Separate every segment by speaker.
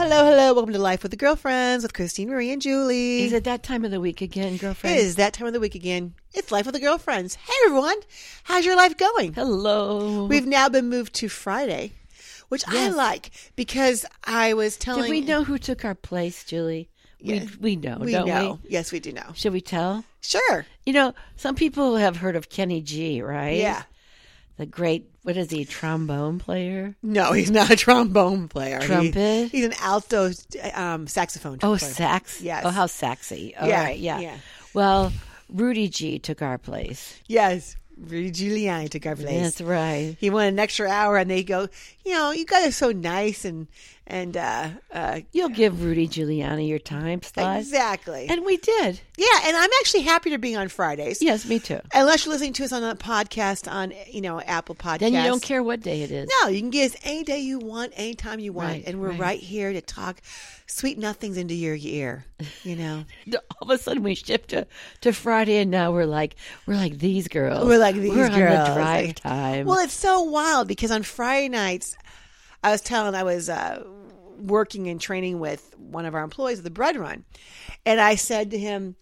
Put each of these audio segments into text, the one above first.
Speaker 1: welcome to Life with the Girlfriends with Christine Marie and Julie.
Speaker 2: Is it that time of the week again, girlfriend?
Speaker 1: It is that time of the week again. It's Life with the Girlfriends. Hey everyone, how's your life going?
Speaker 2: Hello.
Speaker 1: We've now been moved to Friday, which I
Speaker 2: Yes.
Speaker 1: like because I was telling
Speaker 2: Did we know who took our place, Julie?
Speaker 1: Yeah.
Speaker 2: We we know,
Speaker 1: we
Speaker 2: don't
Speaker 1: know.
Speaker 2: we?
Speaker 1: Yes, we do know.
Speaker 2: Should we tell?
Speaker 1: Sure.
Speaker 2: You know, some people have heard of Kenny G, right?
Speaker 1: Yeah.
Speaker 2: The great what is he, trombone player?
Speaker 1: No, he's not a trombone player. He-
Speaker 2: Trumpet?
Speaker 1: he's an alto um, saxophone.
Speaker 2: Oh,
Speaker 1: player.
Speaker 2: sax.
Speaker 1: Yes.
Speaker 2: Oh, how sexy. All right.
Speaker 1: Yeah,
Speaker 2: yeah.
Speaker 1: yeah.
Speaker 2: Well, Rudy G took our place.
Speaker 1: yes, Rudy Giuliani took our place.
Speaker 2: That's right.
Speaker 1: He wanted an extra hour, and they go, you know, you guys are so nice, and and uh, uh,
Speaker 2: You'll give Rudy Giuliani your time slot.
Speaker 1: exactly,
Speaker 2: And we did.
Speaker 1: yeah. And I'm actually happy to be on Fridays.
Speaker 2: Yes, me too.
Speaker 1: Unless you're listening to us on a podcast on you know Apple Podcast,
Speaker 2: Then you don't care what day it is.
Speaker 1: No, you can get us any day you want, anytime you want,
Speaker 2: Right,
Speaker 1: and we're right.
Speaker 2: right.
Speaker 1: here to talk sweet nothings into your ear. You know,
Speaker 2: all of a sudden we shift to, to Friday, and now we're like we're like these girls.
Speaker 1: we're like these
Speaker 2: We're
Speaker 1: girls.
Speaker 2: on the drive
Speaker 1: Like-
Speaker 2: time.
Speaker 1: Well, it's so wild because on Friday nights, I was telling I was uh, working and training with one of our employees at the Bread Run, and I said to him,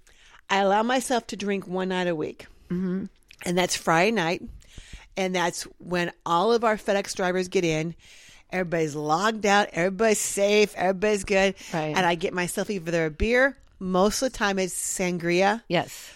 Speaker 1: "I allow myself to drink one night a week, mm-hmm. and that's Friday night, and that's when all of our FedEx drivers get in." Everybody's logged out. Everybody's safe. Everybody's good.
Speaker 2: Right.
Speaker 1: And I get myself either a beer. Most of the time, it's sangria
Speaker 2: yes,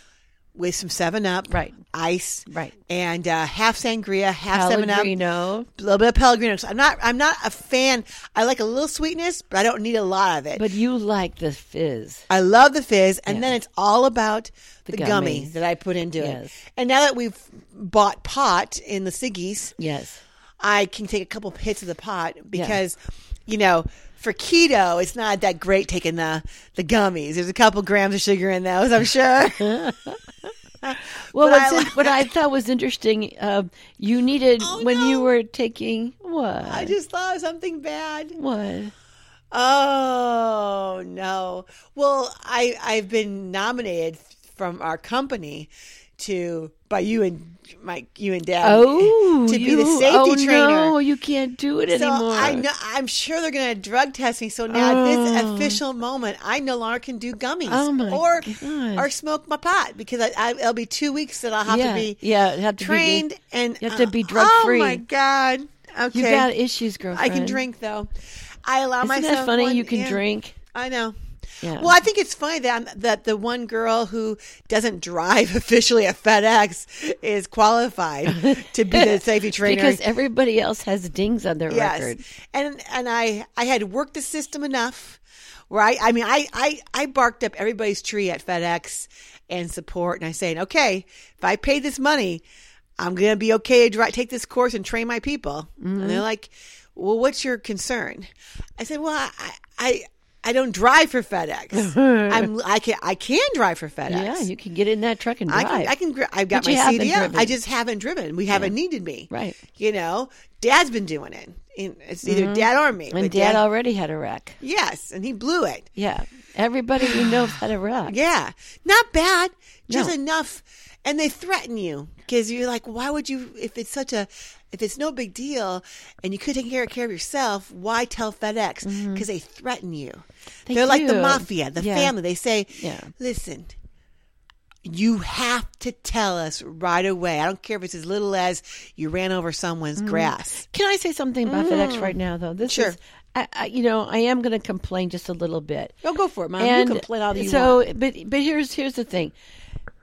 Speaker 1: with some Seven Up,
Speaker 2: Right.
Speaker 1: Ice,
Speaker 2: Right.
Speaker 1: and uh, half sangria, half Seven Up, a
Speaker 2: Pellegrino.
Speaker 1: little bit of Pellegrino. So I'm not, I'm not a fan. I like a little sweetness, but I don't need a lot of it.
Speaker 2: But you like the fizz.
Speaker 1: I love the fizz, and then it's all about the,
Speaker 2: The
Speaker 1: gummy
Speaker 2: gummies.
Speaker 1: that I put into it.
Speaker 2: Yes.
Speaker 1: And now that we've bought pot in the Siggies,
Speaker 2: Yes,
Speaker 1: I can take a couple hits of the pot because, you know, for keto, it's not that great taking the the gummies. There's a couple grams of sugar in those, I'm sure. But
Speaker 2: Well, what's
Speaker 1: I
Speaker 2: in-
Speaker 1: like-
Speaker 2: what I thought was interesting, uh, you needed
Speaker 1: Oh,
Speaker 2: when
Speaker 1: no.
Speaker 2: you were taking what?
Speaker 1: I just thought of something bad.
Speaker 2: what?
Speaker 1: Oh no! Well, I I've been nominated from our company to by you and Mike, you and Dad.
Speaker 2: Oh,
Speaker 1: to be
Speaker 2: you,
Speaker 1: the safety
Speaker 2: oh,
Speaker 1: trainer.
Speaker 2: No, you can't do it
Speaker 1: so
Speaker 2: anymore.
Speaker 1: I know I'm sure they're going to drug test me. So now at this official moment, I no longer can do gummies
Speaker 2: Oh, my
Speaker 1: or
Speaker 2: gosh.
Speaker 1: or smoke my pot because I, I, it'll be two weeks that I'll have
Speaker 2: yeah,
Speaker 1: to be
Speaker 2: yeah, you have to
Speaker 1: trained
Speaker 2: Be,
Speaker 1: and
Speaker 2: you have to
Speaker 1: uh,
Speaker 2: be drug-free.
Speaker 1: Oh my god! Okay,
Speaker 2: you got issues,
Speaker 1: I
Speaker 2: girlfriend.
Speaker 1: can drink though. I allow
Speaker 2: Isn't
Speaker 1: myself.
Speaker 2: that funny?
Speaker 1: one-
Speaker 2: you can
Speaker 1: yeah.
Speaker 2: drink.
Speaker 1: I know.
Speaker 2: Yeah.
Speaker 1: Well, I think it's funny that I'm, that the one girl who doesn't drive officially a FedEx is qualified to be the safety trainer.
Speaker 2: Because everybody else has dings on their
Speaker 1: yes,
Speaker 2: record.
Speaker 1: and and I I had worked the system enough, where I I mean I I I barked up everybody's tree at FedEx and support, and I saying, okay, if I pay this money, I'm gonna be okay to dri take this course and train my people. And
Speaker 2: Mm-hmm.
Speaker 1: they're like, well, what's your concern? I said, well, I. I I don't drive for FedEx. I'm I can I can drive for FedEx.
Speaker 2: Yeah, you can get in that truck and
Speaker 1: I
Speaker 2: drive.
Speaker 1: can, I can, gr- I've got
Speaker 2: But you
Speaker 1: my
Speaker 2: haven't
Speaker 1: CDL.
Speaker 2: driven.
Speaker 1: I just haven't driven. We haven't needed me.
Speaker 2: Right. Mm-hmm.
Speaker 1: You know, dad's been doing it. And It's either dad or me.
Speaker 2: and
Speaker 1: but
Speaker 2: Dad already had a wreck.
Speaker 1: yes, and he blew it.
Speaker 2: Yeah, everybody we know had a wreck.
Speaker 1: Yeah. Not bad, just
Speaker 2: No.
Speaker 1: enough. And they threaten you because you're like, why would you, if it's such a, if it's no big deal and you could take care, care of yourself, why tell FedEx? Because they threaten you.
Speaker 2: Mm-hmm. They
Speaker 1: are like the
Speaker 2: do.
Speaker 1: mafia, the
Speaker 2: Yeah.
Speaker 1: family. They say,
Speaker 2: Yeah.
Speaker 1: listen, you have to tell us right away. I don't care if it's as little as you ran over someone's
Speaker 2: Mm-hmm.
Speaker 1: grass.
Speaker 2: Can I say something about FedEx right now, though? This
Speaker 1: Mm. Sure.
Speaker 2: is, I, I, you know, I am going to complain just a little bit.
Speaker 1: Don't go for it, Mom. Oh, you complain all that you
Speaker 2: so,
Speaker 1: want.
Speaker 2: but but here's here's the thing.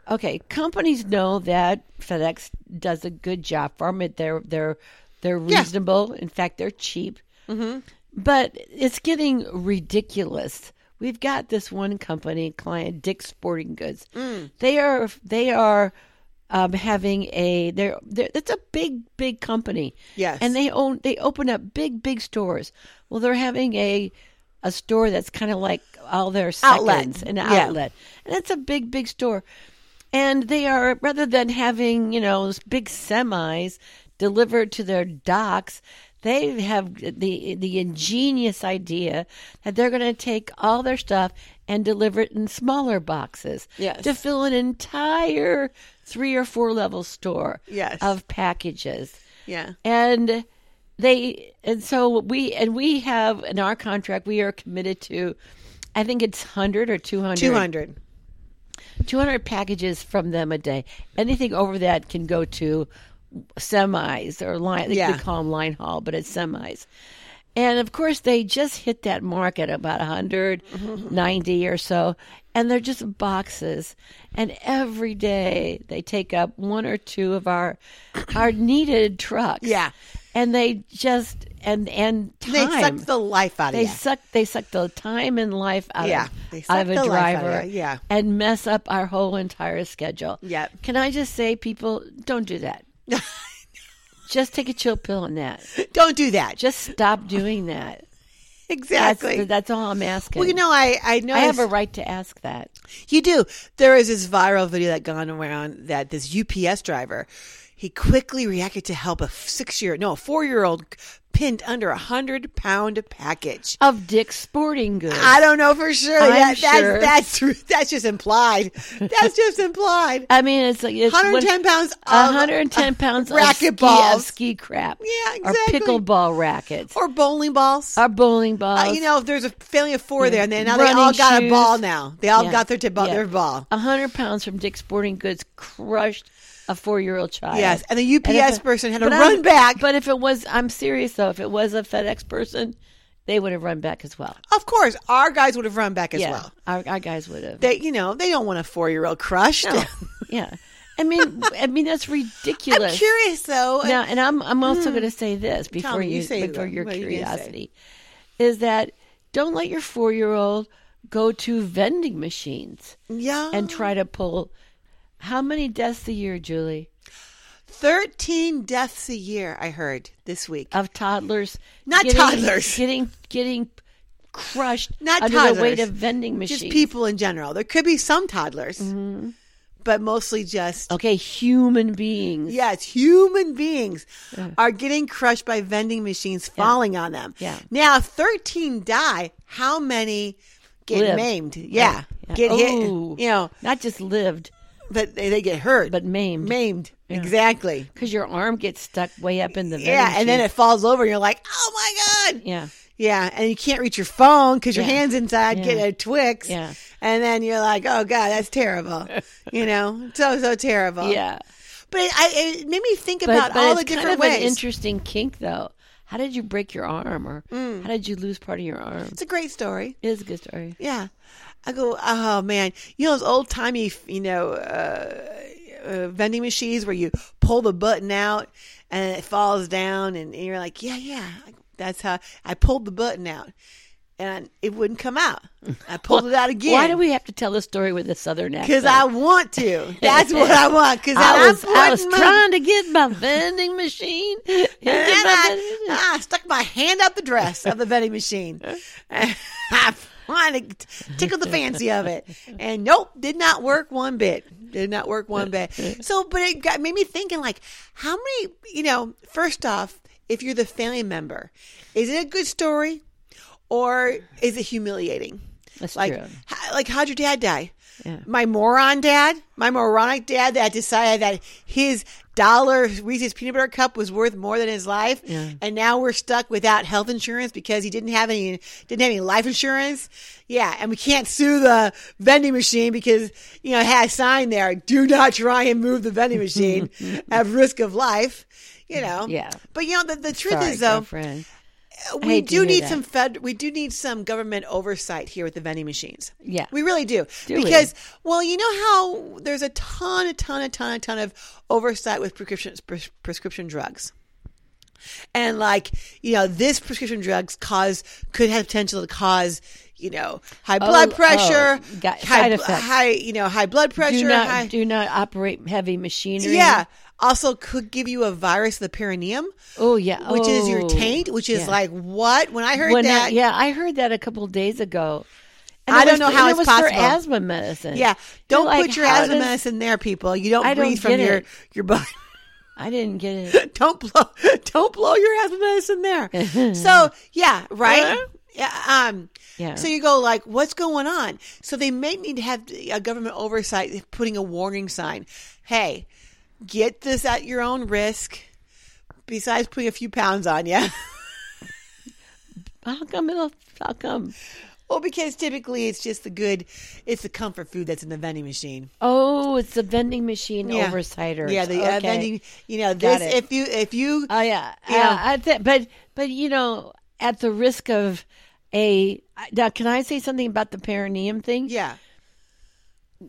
Speaker 2: Okay, companies know that FedEx does a good job for them. They're they're they're
Speaker 1: Yeah.
Speaker 2: reasonable. In fact, they're cheap. Mm-hmm. But it's getting ridiculous. We've got this one company client, Dick's Sporting Goods.
Speaker 1: Mm.
Speaker 2: They are they are um, having a they're, they're it's a big big company.
Speaker 1: Yes.
Speaker 2: and they own they open up big big stores. Well, they're having a a store that's kind of like all their
Speaker 1: Outlet.
Speaker 2: seconds, an
Speaker 1: Yeah.
Speaker 2: outlet, and it's a big, big store. And they are rather than having you know those big semis delivered to their docks, they have the the ingenious idea that they're going to take all their stuff and deliver it in smaller boxes
Speaker 1: Yes.
Speaker 2: to fill an entire three or four level store
Speaker 1: Yes.
Speaker 2: of packages
Speaker 1: Yeah.
Speaker 2: and they and so we and we have in our contract we are committed to i think it's 100 or 200
Speaker 1: 200.
Speaker 2: 200 packages from them a day anything over that can go to semis or line i think
Speaker 1: Yeah.
Speaker 2: we call them line haul but it's semis and of course they just hit that mark at about
Speaker 1: Mm-hmm.
Speaker 2: 190 or so and they're just boxes and every day they take up one or two of our our needed trucks
Speaker 1: Yeah.
Speaker 2: and they just and and time
Speaker 1: They suck the life out of
Speaker 2: they
Speaker 1: you.
Speaker 2: suck they suck the time and life out
Speaker 1: Yeah,
Speaker 2: of
Speaker 1: they
Speaker 2: out
Speaker 1: suck
Speaker 2: of a
Speaker 1: the life out
Speaker 2: driver
Speaker 1: of you, yeah.
Speaker 2: and mess up our whole entire schedule.
Speaker 1: Yep.
Speaker 2: Can I just say people don't do that. just take a chill pill on that.
Speaker 1: Don't do that.
Speaker 2: Just stop doing that. That's,
Speaker 1: exactly.
Speaker 2: that's all I'm asking.
Speaker 1: well, you know, I I know
Speaker 2: I have a right to ask that.
Speaker 1: You do. There is this viral video that gone around that this UPS driver, he quickly reacted to help a six year, no, a four year old pinned under a hundred pound package.
Speaker 2: Of Dick's Sporting Goods.
Speaker 1: I don't know for sure.
Speaker 2: I'm
Speaker 1: That,
Speaker 2: sure.
Speaker 1: That's that's that's just implied. That's just implied.
Speaker 2: I mean, it's like it's
Speaker 1: 110 pounds of
Speaker 2: 110 pounds of
Speaker 1: racket
Speaker 2: ski, of
Speaker 1: balls.
Speaker 2: ski crap.
Speaker 1: Yeah,
Speaker 2: Or
Speaker 1: exactly.
Speaker 2: pickleball rackets.
Speaker 1: or bowling balls.
Speaker 2: Our bowling balls.
Speaker 1: Uh, you know, if there's a family of four there, and they, now they
Speaker 2: Running
Speaker 1: all got a
Speaker 2: shoes.
Speaker 1: ball. Now they all
Speaker 2: Yeah.
Speaker 1: got their, t- ball,
Speaker 2: Yeah.
Speaker 1: their ball.
Speaker 2: A hundred pounds from Dick's Sporting Goods crushed a four-year-old child.
Speaker 1: Yes, and the
Speaker 2: And if
Speaker 1: UPS
Speaker 2: it-
Speaker 1: person had to
Speaker 2: but
Speaker 1: run
Speaker 2: I'm-
Speaker 1: back.
Speaker 2: But if it was, I'm serious though. If it was a FedEx person, they would have run back as well.
Speaker 1: Of course, our guys would have run back as
Speaker 2: yeah,
Speaker 1: well.
Speaker 2: our, our guys would have.
Speaker 1: They, you know, they don't want a four year old crushed.
Speaker 2: yeah, I mean, I mean that's ridiculous.
Speaker 1: I'm curious though.
Speaker 2: Now, and I'm I'm also going to say this before
Speaker 1: me, you
Speaker 2: you,
Speaker 1: say
Speaker 2: before
Speaker 1: that.
Speaker 2: your
Speaker 1: What are you gonna say?
Speaker 2: curiosity is that don't let your four year old go to vending machines
Speaker 1: yeah,
Speaker 2: and try to pull. How many deaths a year, Julie,
Speaker 1: thirteen deaths a year. I heard this week.
Speaker 2: of toddlers?
Speaker 1: Not toddlers.
Speaker 2: Getting getting crushed
Speaker 1: Not
Speaker 2: under the weight
Speaker 1: toddlers.
Speaker 2: of vending machines.
Speaker 1: Just people in general. There could be some toddlers,
Speaker 2: Mm-hmm.
Speaker 1: but mostly just
Speaker 2: Okay, human beings.
Speaker 1: yes, human beings are getting crushed by vending machines falling on them.
Speaker 2: Yeah.
Speaker 1: Now, if thirteen die. How many get
Speaker 2: Live.
Speaker 1: maimed? Yeah,
Speaker 2: Yeah.
Speaker 1: get
Speaker 2: Ooh.
Speaker 1: hit. You know,
Speaker 2: Not just lived,
Speaker 1: but they, they get hurt.
Speaker 2: but maimed.
Speaker 1: maimed. Exactly.
Speaker 2: because your arm gets stuck way up in the vending
Speaker 1: Yeah, and then
Speaker 2: machine.
Speaker 1: it falls over, and you're like, "Oh my god!"
Speaker 2: yeah.
Speaker 1: Yeah, and you can't reach your phone because your
Speaker 2: Yeah.
Speaker 1: hands inside
Speaker 2: Yeah.
Speaker 1: getting a Twix.
Speaker 2: Yeah.
Speaker 1: and then you're like, "Oh God, that's terrible," you know, so so terrible.
Speaker 2: Yeah.
Speaker 1: but it, I, it made me think
Speaker 2: but,
Speaker 1: about
Speaker 2: but
Speaker 1: all
Speaker 2: it's
Speaker 1: the different
Speaker 2: kind of
Speaker 1: ways.
Speaker 2: an interesting kink though how did you break your arm or
Speaker 1: Mm.
Speaker 2: how did you lose part of your arm
Speaker 1: it's a great story.
Speaker 2: it is a good story
Speaker 1: Yeah, I go, "Oh man, you know those old timey, you know, uh, uh, vending machines where you pull the button out and it falls down, and you're like, yeah, yeah, that's how I pulled the button out." And it wouldn't come out. I pulled it out again.
Speaker 2: why do we have to tell the story with a southern accent
Speaker 1: Because I want to. That's what I want. Because
Speaker 2: I was,
Speaker 1: I'm
Speaker 2: I was
Speaker 1: putting my-
Speaker 2: trying to get my vending machine. Get
Speaker 1: And
Speaker 2: my
Speaker 1: I,
Speaker 2: vending machine.
Speaker 1: I stuck my hand up the dress of the vending machine. I wanted to tickle the fancy of it, and nope, did not work one bit. Did not work one bit. So, but it got made me thinking, like, how many? You know, first off, if you're the family member, is it a good story, or is it humiliating?
Speaker 2: That's
Speaker 1: like,
Speaker 2: true.
Speaker 1: h- like how'd your dad die?
Speaker 2: Yeah.
Speaker 1: My moron dad, my moronic dad that decided that his dollar Reese's peanut butter cup was worth more than his life,
Speaker 2: Yeah.
Speaker 1: and now we're stuck without health insurance because he didn't have any didn't have any life insurance. Yeah, and we can't sue the vending machine because you know it had a sign there: "Do not try and move the vending machine at risk of life." You know.
Speaker 2: Yeah.
Speaker 1: But you know the, the truth
Speaker 2: Sorry,
Speaker 1: is though
Speaker 2: girlfriend.
Speaker 1: Uh, we
Speaker 2: hate to
Speaker 1: do
Speaker 2: hear
Speaker 1: need
Speaker 2: that.
Speaker 1: some fed we do need some government oversight here with the vending machines
Speaker 2: Yeah.
Speaker 1: we really do,
Speaker 2: Do we?
Speaker 1: because well you know how there's a ton a ton a ton a ton of oversight with prescription pres- prescription drugs and like you know this prescription drugs cause could have potential to cause you know high blood
Speaker 2: oh,
Speaker 1: pressure
Speaker 2: got
Speaker 1: high,
Speaker 2: side
Speaker 1: bl-
Speaker 2: effects.
Speaker 1: high you know high blood pressure
Speaker 2: do not
Speaker 1: high,
Speaker 2: do not operate heavy machinery.
Speaker 1: yeah also could give you a virus of the perineum
Speaker 2: Oh yeah.
Speaker 1: which is your
Speaker 2: Oh,
Speaker 1: taint which is
Speaker 2: yeah.
Speaker 1: like what when i heard
Speaker 2: When I-
Speaker 1: that
Speaker 2: yeah, I heard that a couple days ago. And
Speaker 1: I
Speaker 2: it
Speaker 1: don't
Speaker 2: was-
Speaker 1: know how
Speaker 2: and
Speaker 1: it's
Speaker 2: it was
Speaker 1: possible.
Speaker 2: for asthma medicine.
Speaker 1: Yeah,
Speaker 2: You're
Speaker 1: don't
Speaker 2: like,
Speaker 1: put your
Speaker 2: how
Speaker 1: asthma
Speaker 2: does-
Speaker 1: medicine there, people. You don't
Speaker 2: I don't
Speaker 1: breathe from
Speaker 2: get
Speaker 1: your
Speaker 2: it.
Speaker 1: your butt.
Speaker 2: I didn't get it.
Speaker 1: don't blow. Don't blow your asthma medicine there. so yeah, right. Yeah. Um.
Speaker 2: Yeah.
Speaker 1: So you go like, what's going on? So they may need to have a government oversight, putting a warning sign. Hey, get this at your own risk. Besides putting a few pounds on you.
Speaker 2: How come it'll? How come?
Speaker 1: well, because typically it's just the good, it's the comfort food that's in the vending machine.
Speaker 2: Oh, it's the vending machine
Speaker 1: Yeah.
Speaker 2: oversighter.
Speaker 1: Yeah, the uh, vending. You know,
Speaker 2: Got
Speaker 1: this
Speaker 2: it.
Speaker 1: if you if you
Speaker 2: Oh yeah,
Speaker 1: Yeah.
Speaker 2: yeah. I th- but but you know, at the risk of a now, can I say something about the perineum thing?
Speaker 1: yeah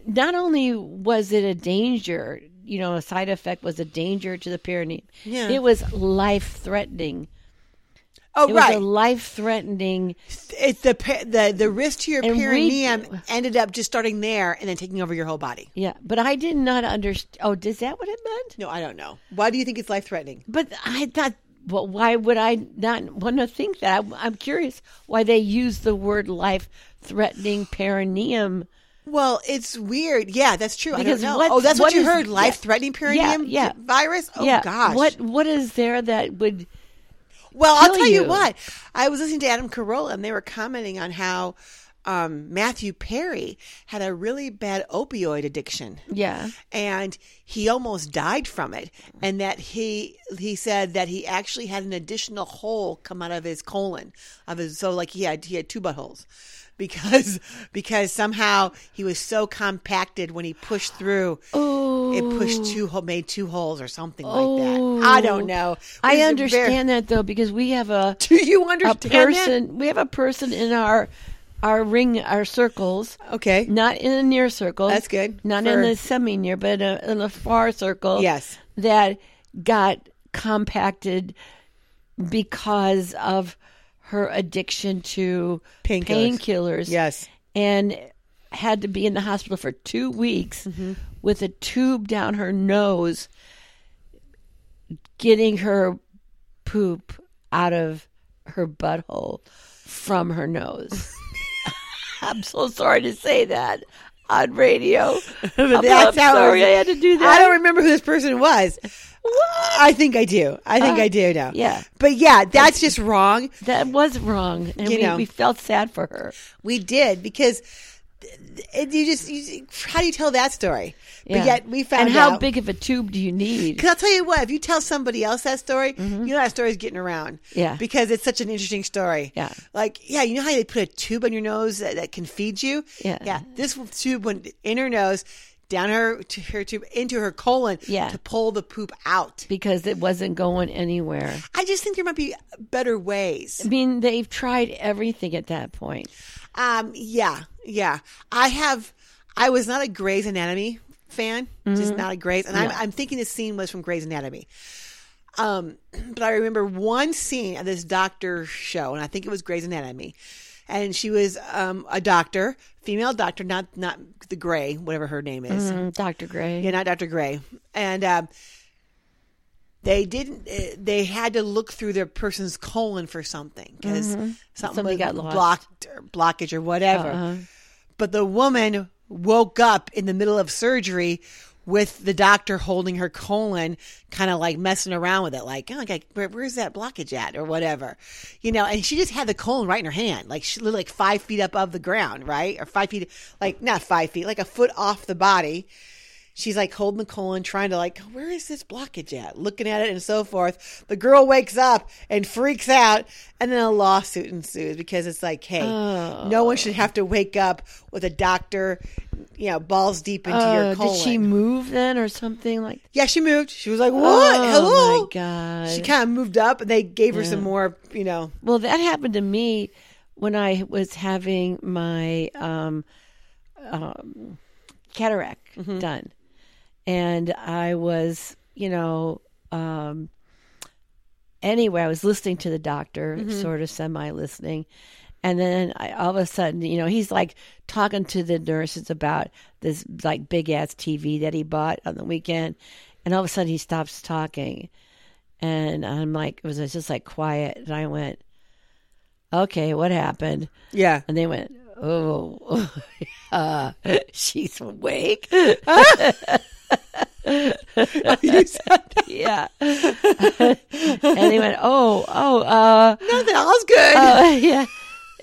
Speaker 2: Not only was it a danger, you know, a side effect was a danger to the perineum.
Speaker 1: Yeah.
Speaker 2: It was life threatening.
Speaker 1: oh
Speaker 2: It was
Speaker 1: right
Speaker 2: a life threatening.
Speaker 1: it's the pe- the the risk to your
Speaker 2: And read-
Speaker 1: perineum ended up just starting there and then taking over your whole body.
Speaker 2: Yeah, but I did not understand. Oh, is that what it meant?
Speaker 1: No, I don't know. Why do you think it's life threatening?
Speaker 2: But I thought, well, why would I not want to think that? I'm, I'm curious why they use the word life threatening perineum.
Speaker 1: Well, it's weird. Yeah, that's true.
Speaker 2: Because
Speaker 1: I don't know.
Speaker 2: what's-
Speaker 1: Oh, that's what,
Speaker 2: what
Speaker 1: you
Speaker 2: is-
Speaker 1: heard.
Speaker 2: yeah.
Speaker 1: Life threatening perineum
Speaker 2: yeah.
Speaker 1: virus. Oh
Speaker 2: yeah,
Speaker 1: gosh.
Speaker 2: what what is there that would?
Speaker 1: Well, I'll
Speaker 2: kill
Speaker 1: tell you.
Speaker 2: you.
Speaker 1: what. I was listening to Adam Carolla, and they were commenting on how um, Matthew Perry had a really bad opioid addiction,
Speaker 2: Yeah,
Speaker 1: and he almost died from it. And that he he said that he actually had an additional hole come out of his colon of his so like he had he had two buttholes because because somehow he was so compacted when he pushed through. It pushed two, ho- made two holes or something like that. I don't know. It
Speaker 2: I
Speaker 1: was a very-
Speaker 2: understand that though because we have a
Speaker 1: do you
Speaker 2: a
Speaker 1: understand that?
Speaker 2: person. We have a person in our our ring our circles.
Speaker 1: Okay.
Speaker 2: Not in a near circle.
Speaker 1: That's good.
Speaker 2: Not
Speaker 1: For-
Speaker 2: in the semi near, but in a, in a far circle.
Speaker 1: Yes.
Speaker 2: That got compacted because of her addiction to
Speaker 1: Painkillers.
Speaker 2: painkillers.
Speaker 1: Yes.
Speaker 2: And had to be in the hospital for two weeks
Speaker 1: Mm-hmm.
Speaker 2: with a tube down her nose, getting her poop out of her butthole from her nose. I'm so sorry to say that on radio. I'm
Speaker 1: That's
Speaker 2: so
Speaker 1: how it
Speaker 2: sorry
Speaker 1: was.
Speaker 2: I had to do that.
Speaker 1: I don't remember who this person was. I think I do. I think I do now.
Speaker 2: Uh, yeah.
Speaker 1: But yeah, that's just wrong.
Speaker 2: that was wrong, and
Speaker 1: You
Speaker 2: we,
Speaker 1: know.
Speaker 2: we felt sad for her.
Speaker 1: We did because it, you just you, how do you tell that story? But
Speaker 2: Yeah.
Speaker 1: yet we found
Speaker 2: And how
Speaker 1: out.
Speaker 2: big of a tube do you need?
Speaker 1: Because I'll tell you what, if you tell somebody else that story, you know that story's getting around.
Speaker 2: Mm-hmm. Yeah.
Speaker 1: Because it's such an interesting story.
Speaker 2: Yeah.
Speaker 1: Like, yeah, you know how they put a tube on your nose that, that can feed you?
Speaker 2: Yeah.
Speaker 1: Yeah. This tube went in her nose, down her to her tube, into her colon
Speaker 2: Yeah.
Speaker 1: to pull the poop out.
Speaker 2: Because it wasn't going anywhere.
Speaker 1: I just think there might be better ways.
Speaker 2: I mean, they've tried everything at that point.
Speaker 1: Um, yeah, yeah. I have. I was not a Grey's Anatomy fan, just not a Grey's. And I'm, I'm thinking this scene was from Grey's Anatomy. Um, but I remember one scene of this doctor show, and I think it was Grey's Anatomy. And she was um, a doctor, female doctor, not not the Grey, whatever her name is.
Speaker 2: Mm, Dr. Gray.
Speaker 1: Yeah, not Dr. Gray. And um, they didn't. uh, They had to look through their person's colon for something because something
Speaker 2: Something
Speaker 1: was
Speaker 2: Mm-hmm. got lost. Uh-huh.
Speaker 1: blocked, or blockage, or whatever. But the woman woke up in the middle of surgery with the doctor holding her colon, kind of like messing around with it, like, oh, okay, where, where's that blockage at, or whatever, you know. And she just had the colon right in her hand, like she lived like five feet up of the ground, right, or five feet, like not five feet, like a foot off the body she's like holding the colon, trying to like, where is this blockage at? Looking at it and so forth. The girl wakes up and freaks out, and then a lawsuit ensues because it's like, hey, no one should have to wake up with a doctor, you know, balls deep into your
Speaker 2: Uh,
Speaker 1: colon.
Speaker 2: did she move then or something like that?
Speaker 1: yeah, she moved. She was like, what?
Speaker 2: Oh
Speaker 1: Hello.
Speaker 2: my God.
Speaker 1: She kind of moved up, and they gave her some more, you know.
Speaker 2: Well, that happened to me when I was having my um, um, cataract done, and I was, you know, um, anyway, I was listening to the doctor, sort of semi-listening, and then I, all of a sudden, you know, he's like talking to the nurses about this like big ass TV that he bought on the weekend, and all of a sudden he stops talking. And I'm like, it was just like quiet. And I went, okay, what happened?
Speaker 1: Yeah.
Speaker 2: And they went, oh, uh, she's awake.
Speaker 1: You said
Speaker 2: yeah. and they went, oh, oh, uh,
Speaker 1: that all's good.
Speaker 2: uh, yeah.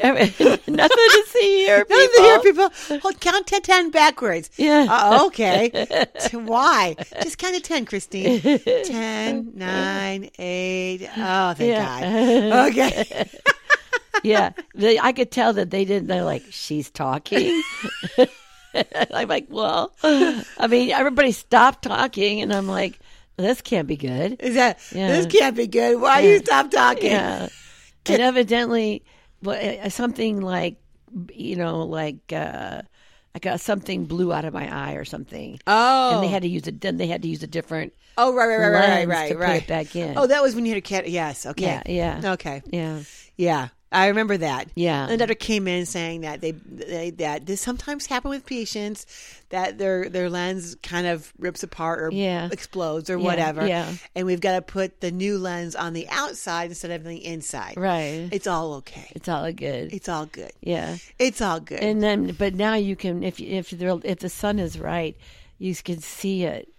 Speaker 2: Nothing to see here.
Speaker 1: Now
Speaker 2: People.
Speaker 1: that here, people hold count to ten backwards.
Speaker 2: Yeah.
Speaker 1: Uh, okay. T- Why? Just count to ten, Christine. Ten, nine, eight. Oh, thank God. Okay.
Speaker 2: yeah, they, I could tell that they didn't. They're like, she's talking. I'm like, well, I mean, everybody stopped talking, and I'm like, this can't be good.
Speaker 1: Is that
Speaker 2: Yeah.
Speaker 1: this can't be good? Why you stop talking?
Speaker 2: Yeah, and evidently, well, uh, something like, you know, like uh, I got something blew out of my eye or something,
Speaker 1: Oh.
Speaker 2: and they had to use a then they had to use a different.
Speaker 1: oh, right, right, right, right,
Speaker 2: lens
Speaker 1: right,
Speaker 2: to put
Speaker 1: right.
Speaker 2: it back in.
Speaker 1: Oh, that was when you had a cat. Yes. Okay.
Speaker 2: Yeah, yeah.
Speaker 1: Okay.
Speaker 2: Yeah,
Speaker 1: Yeah. I remember that.
Speaker 2: Yeah.
Speaker 1: And doctor came in saying that they, they that this sometimes happen with patients that their their lens kind of rips apart or
Speaker 2: Yeah.
Speaker 1: explodes or whatever.
Speaker 2: yeah.
Speaker 1: And we've got to put the new lens on the outside instead of the inside.
Speaker 2: right.
Speaker 1: It's all okay.
Speaker 2: It's all good.
Speaker 1: It's all good.
Speaker 2: Yeah.
Speaker 1: It's all good.
Speaker 2: and then but now you can if if the if the sun is right you can see it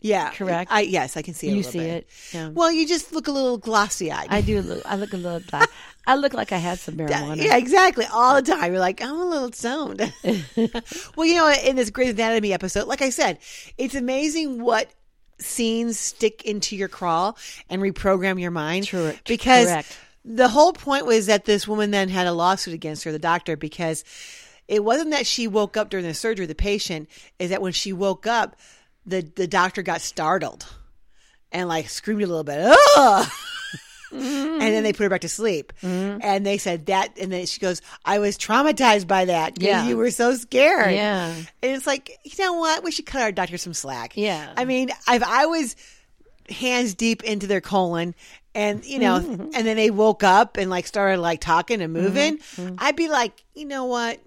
Speaker 1: yeah.
Speaker 2: correct?
Speaker 1: I yes, I can see it. a
Speaker 2: you
Speaker 1: little
Speaker 2: see
Speaker 1: bit.
Speaker 2: it yeah.
Speaker 1: Well, you just look a little glossy eyed.
Speaker 2: i do look i look a little di- i look like i had some marijuana
Speaker 1: Yeah, exactly. All the time. You're like, I'm a little stoned. well, you know, in this Grey's Anatomy episode, like I said, it's amazing what scenes stick into your crawl and reprogram your mind.
Speaker 2: True- tr-
Speaker 1: Because
Speaker 2: correct.
Speaker 1: the whole point was that this woman then had a lawsuit against her, the doctor, because it wasn't that she woke up during the surgery, the patient, is that when she woke up, the, the doctor got startled and like screamed a little bit, oh! and
Speaker 2: Mm-hmm.
Speaker 1: then they put her back to sleep. And they said that, and then she goes, "I was traumatized by that. 'cause
Speaker 2: Yeah.
Speaker 1: you were so scared."
Speaker 2: Yeah.
Speaker 1: and it's like, you know what? We should cut our doctor some slack.
Speaker 2: Yeah.
Speaker 1: I mean, if I was hands deep into their colon. And you know, and then they woke up and like started like talking and moving. I'd be like, you know what?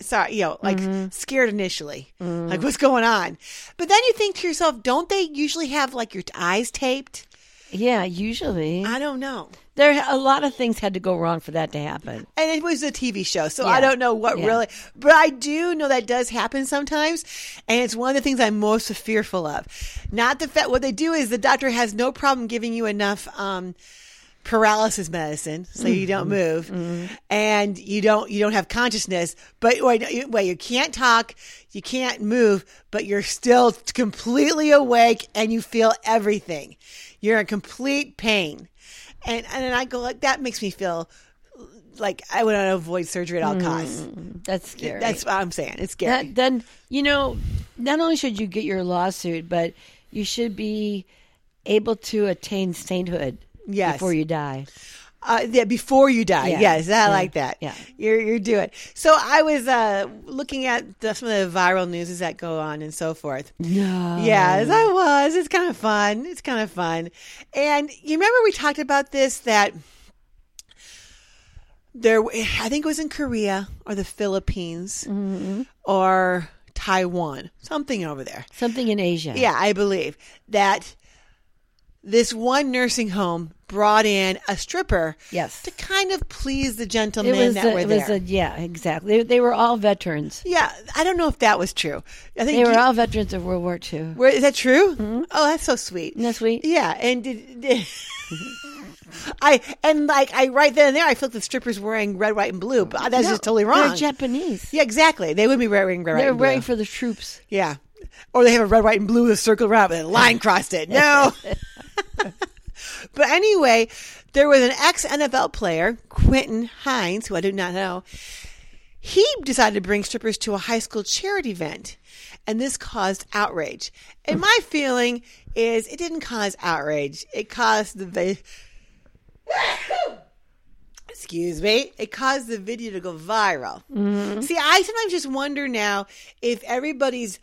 Speaker 1: sorry, you know, like scared initially, like what's going on. But then you think to yourself, don't they usually have like your eyes taped?
Speaker 2: yeah usually
Speaker 1: I don't know.
Speaker 2: there a lot of things had to go wrong for that to happen
Speaker 1: And it was a TV show, so
Speaker 2: Yeah.
Speaker 1: I don't know what
Speaker 2: Yeah.
Speaker 1: really, but I do know that does happen sometimes, and it's one of the things I'm most fearful of. Not the fact what they do is the doctor has no problem giving you enough um, paralysis medicine, so you
Speaker 2: Mm-hmm.
Speaker 1: don't move and you don't you don't have consciousness, but wait, you- wait, you can't talk, you can't move, but you're still completely awake and you feel everything. You're in complete pain, and and then I go like that makes me feel like I want to avoid surgery at all costs.
Speaker 2: Mm, that's scary
Speaker 1: That's what I'm saying. It's scary.
Speaker 2: that, then you know not only should you get your lawsuit but you should be able to attain sainthood
Speaker 1: Yes.
Speaker 2: before you die
Speaker 1: Uh, yeah, before you die.
Speaker 2: Yeah.
Speaker 1: Yes, I
Speaker 2: Yeah.
Speaker 1: like that.
Speaker 2: Yeah.
Speaker 1: You're, you're doing. So I was uh, looking at the, some of the viral news that go on and so forth.
Speaker 2: Uh-huh. no
Speaker 1: Yeah, as I was. It's kind of fun. It's kind of fun. And you remember we talked about this that there, I think it was in Korea or the Philippines
Speaker 2: Mm-hmm.
Speaker 1: or Taiwan, something over there.
Speaker 2: something in asia
Speaker 1: Yeah, I believe that this one nursing home brought in a stripper
Speaker 2: yes
Speaker 1: to kind of please the
Speaker 2: it
Speaker 1: gentlemen
Speaker 2: was,
Speaker 1: that
Speaker 2: a-
Speaker 1: were
Speaker 2: it
Speaker 1: there.
Speaker 2: was a, yeah exactly they, they were all veterans
Speaker 1: yeah, I don't know if that was true. I think
Speaker 2: They were
Speaker 1: you-
Speaker 2: all veterans of World War II.
Speaker 1: were- is that true? Oh, that's so sweet.
Speaker 2: Isn't that sweet?
Speaker 1: Yeah, and did, did- I and like I right then and there I feel like the strippers wearing red, white, and blue, but that's just totally wrong.
Speaker 2: They're Japanese.
Speaker 1: yeah, exactly. They would be wearing red, white,
Speaker 2: They're
Speaker 1: and blue.
Speaker 2: wearing for the troops.
Speaker 1: yeah, or they have a red, white, and blue with a circle around it and a line crossed it. No. But anyway, there was an ex NFL player, Quentin Hines, who I do not know. He decided to bring strippers to a high school charity event, and this caused outrage. And my feeling is it didn't cause outrage, it caused the. Vi- Excuse me. It caused the video to go viral. See, I sometimes just wonder now if everybody's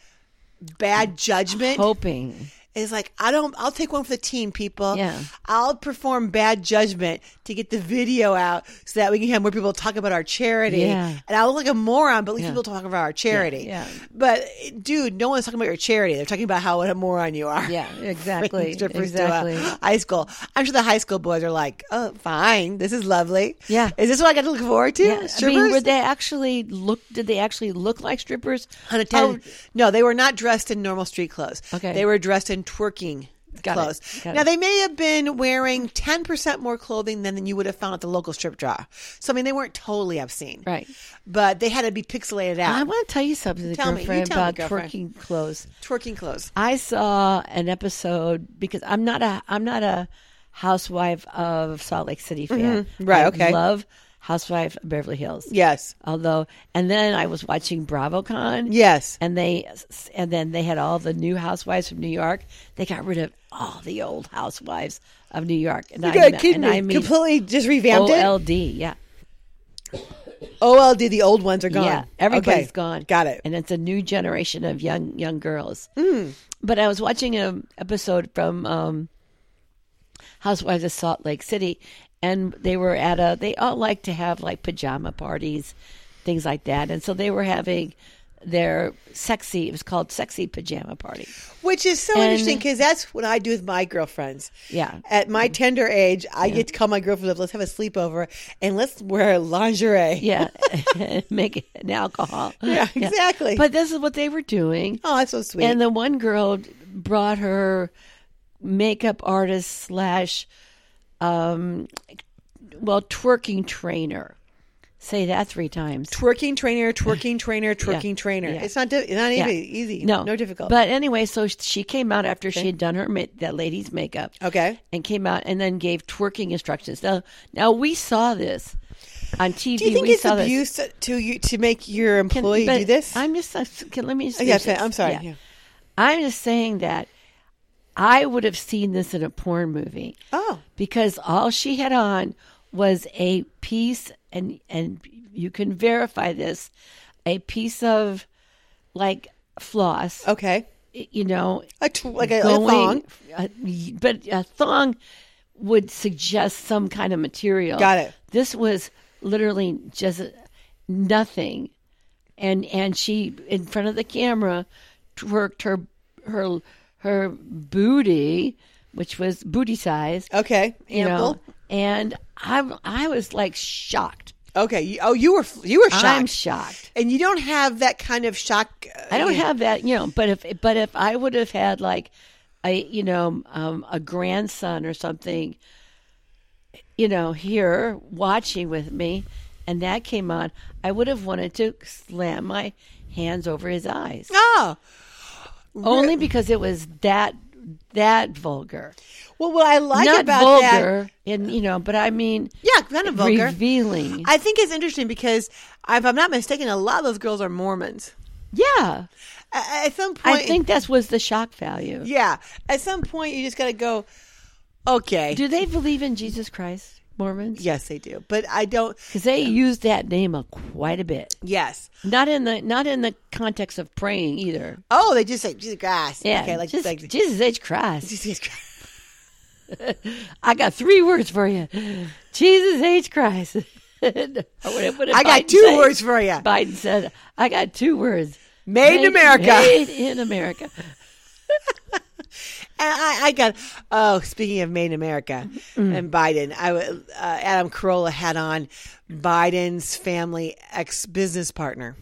Speaker 1: bad judgment
Speaker 2: Hoping.
Speaker 1: is like I don't. I'll take one for the team, people.
Speaker 2: Yeah.
Speaker 1: I'll perform bad judgment to get the video out so that we can have more people talk about our charity.
Speaker 2: Yeah.
Speaker 1: And I look like a moron, but at least people talk about our charity.
Speaker 2: Yeah, yeah.
Speaker 1: But dude, no one's talking about your charity. They're talking about how what a moron you are.
Speaker 2: Yeah, exactly.
Speaker 1: Bringing strippers to a
Speaker 2: exactly.
Speaker 1: high school. I'm sure the high school boys are like, oh, fine, this is lovely.
Speaker 2: Yeah.
Speaker 1: Is this what I got to look forward to?
Speaker 2: Yeah, I
Speaker 1: Strippers?
Speaker 2: mean, were they actually look? Did they actually look like strippers?
Speaker 1: On a ten-
Speaker 2: Oh,
Speaker 1: no, they were not dressed in normal street clothes.
Speaker 2: Okay.
Speaker 1: They were dressed in twerking
Speaker 2: Got it.
Speaker 1: clothes.
Speaker 2: Got
Speaker 1: now
Speaker 2: it.
Speaker 1: they may have been wearing ten percent more clothing than you would have found at the local strip draw. So I mean, they weren't totally obscene,
Speaker 2: Right.
Speaker 1: But they had to be pixelated
Speaker 2: I
Speaker 1: out,
Speaker 2: want to tell you something,
Speaker 1: Tell me. You
Speaker 2: girlfriend,
Speaker 1: tell me,
Speaker 2: about
Speaker 1: girlfriend.
Speaker 2: twerking clothes.
Speaker 1: twerking clothes.
Speaker 2: I saw an episode because I'm not a I'm not a housewife of Salt Lake City
Speaker 1: Mhm.
Speaker 2: fan.
Speaker 1: Right,
Speaker 2: I
Speaker 1: okay.
Speaker 2: Love Housewife of Beverly Hills.
Speaker 1: Yes,
Speaker 2: Although, and then I was watching BravoCon.
Speaker 1: yes.
Speaker 2: And they and then they had all the new housewives from New York. They got rid of all the old housewives of New York. And
Speaker 1: You gotta
Speaker 2: me-
Speaker 1: kid
Speaker 2: and
Speaker 1: me.
Speaker 2: I mean
Speaker 1: Completely just revamped
Speaker 2: OLD. Yeah.
Speaker 1: it. OLD, the old ones are gone.
Speaker 2: Yeah, everybody's
Speaker 1: Okay.
Speaker 2: gone.
Speaker 1: Got it. Hmm.
Speaker 2: And it's a new generation of young young girls. But I was watching an episode from um, Housewives of Salt Lake City, and they were at a. They all like to have like pajama parties, things like that, and so they were having their sexy. It was called sexy pajama party.
Speaker 1: Which is so
Speaker 2: And-
Speaker 1: interesting because that's what I do with my girlfriends.
Speaker 2: Yeah. Mm-hmm.
Speaker 1: At my tender age, I get to call my girlfriends up, let's have a sleepover and let's wear lingerie.
Speaker 2: Yeah, make it an alcohol.
Speaker 1: Yeah, exactly.
Speaker 2: But this is what they were doing.
Speaker 1: Oh, that's so sweet.
Speaker 2: And the one girl brought her makeup artist slash, um, well, twerking trainer. Say that three times.
Speaker 1: twerking trainer, twerking trainer, twerking trainer.
Speaker 2: Yeah.
Speaker 1: It's not di- it's not
Speaker 2: Yeah.
Speaker 1: even easy.
Speaker 2: No,
Speaker 1: no difficult.
Speaker 2: But anyway, so sh- she came out after she had done her ma- that lady's makeup,
Speaker 1: okay,
Speaker 2: and came out and then gave twerking instructions. Now, now we saw this on TV.
Speaker 1: do you think
Speaker 2: we
Speaker 1: it's
Speaker 2: saw this.
Speaker 1: abuse to you to make your
Speaker 2: Can-
Speaker 1: employee
Speaker 2: but
Speaker 1: do this?
Speaker 2: I'm just uh, can, let me. Just
Speaker 1: Oh, yeah,
Speaker 2: finish
Speaker 1: okay,
Speaker 2: this.
Speaker 1: I'm sorry.
Speaker 2: Yeah.
Speaker 1: Yeah.
Speaker 2: I'm just saying that I would have seen this in a porn movie.
Speaker 1: Oh,
Speaker 2: because all she had on was a piece and and you can verify this a piece of like floss
Speaker 1: okay.
Speaker 2: you know
Speaker 1: A tw- like Oh. a, a thong.
Speaker 2: a- but a thong would suggest some kind of material
Speaker 1: Got it.
Speaker 2: this was literally just nothing and and she in front of the camera twerked her her her booty which was booty size
Speaker 1: Okay,
Speaker 2: you
Speaker 1: ample.
Speaker 2: know, and I I was like shocked.
Speaker 1: Okay. You- Oh, you were you were shocked,
Speaker 2: I'm shocked.
Speaker 1: and you don't have that kind of shock. uh,
Speaker 2: I don't have that, you know. But if but if I would have had like a you know um, a grandson or something, you know, here watching with me, and that came on, I would have wanted to slam my hands over his eyes,
Speaker 1: Oh,
Speaker 2: only because it was that that vulgar,
Speaker 1: well, what I like
Speaker 2: not
Speaker 1: about that,
Speaker 2: vulgar, and you know, but I mean,
Speaker 1: yeah, kind of vulgar.
Speaker 2: revealing.
Speaker 1: I think it's interesting because, if I'm not mistaken, a lot of those girls are Mormons.
Speaker 2: yeah.
Speaker 1: A- At some point,
Speaker 2: I think that was the shock value.
Speaker 1: yeah. At some point, you just got to go. Okay.
Speaker 2: Do they believe in Jesus Christ, Mormons?
Speaker 1: yes, they do, but I don't.
Speaker 2: because they use that name a quite a bit.
Speaker 1: Yes.
Speaker 2: Not in the not in the context of praying either.
Speaker 1: Oh, they just say Jesus Christ.
Speaker 2: Yeah,
Speaker 1: Okay, like
Speaker 2: just,
Speaker 1: like
Speaker 2: Jesus H. Christ.
Speaker 1: Jesus Christ.
Speaker 2: I got three words for you, Jesus H. Christ. What did- what did
Speaker 1: I got
Speaker 2: Biden
Speaker 1: two
Speaker 2: say?
Speaker 1: words for you.
Speaker 2: Biden said, "I got two words:
Speaker 1: Made in America."
Speaker 2: Made in America.
Speaker 1: And I, I got oh, speaking of Made in America
Speaker 2: Mm-hmm.
Speaker 1: and Biden, I w- uh, Adam Carolla had on Biden's family ex business partner,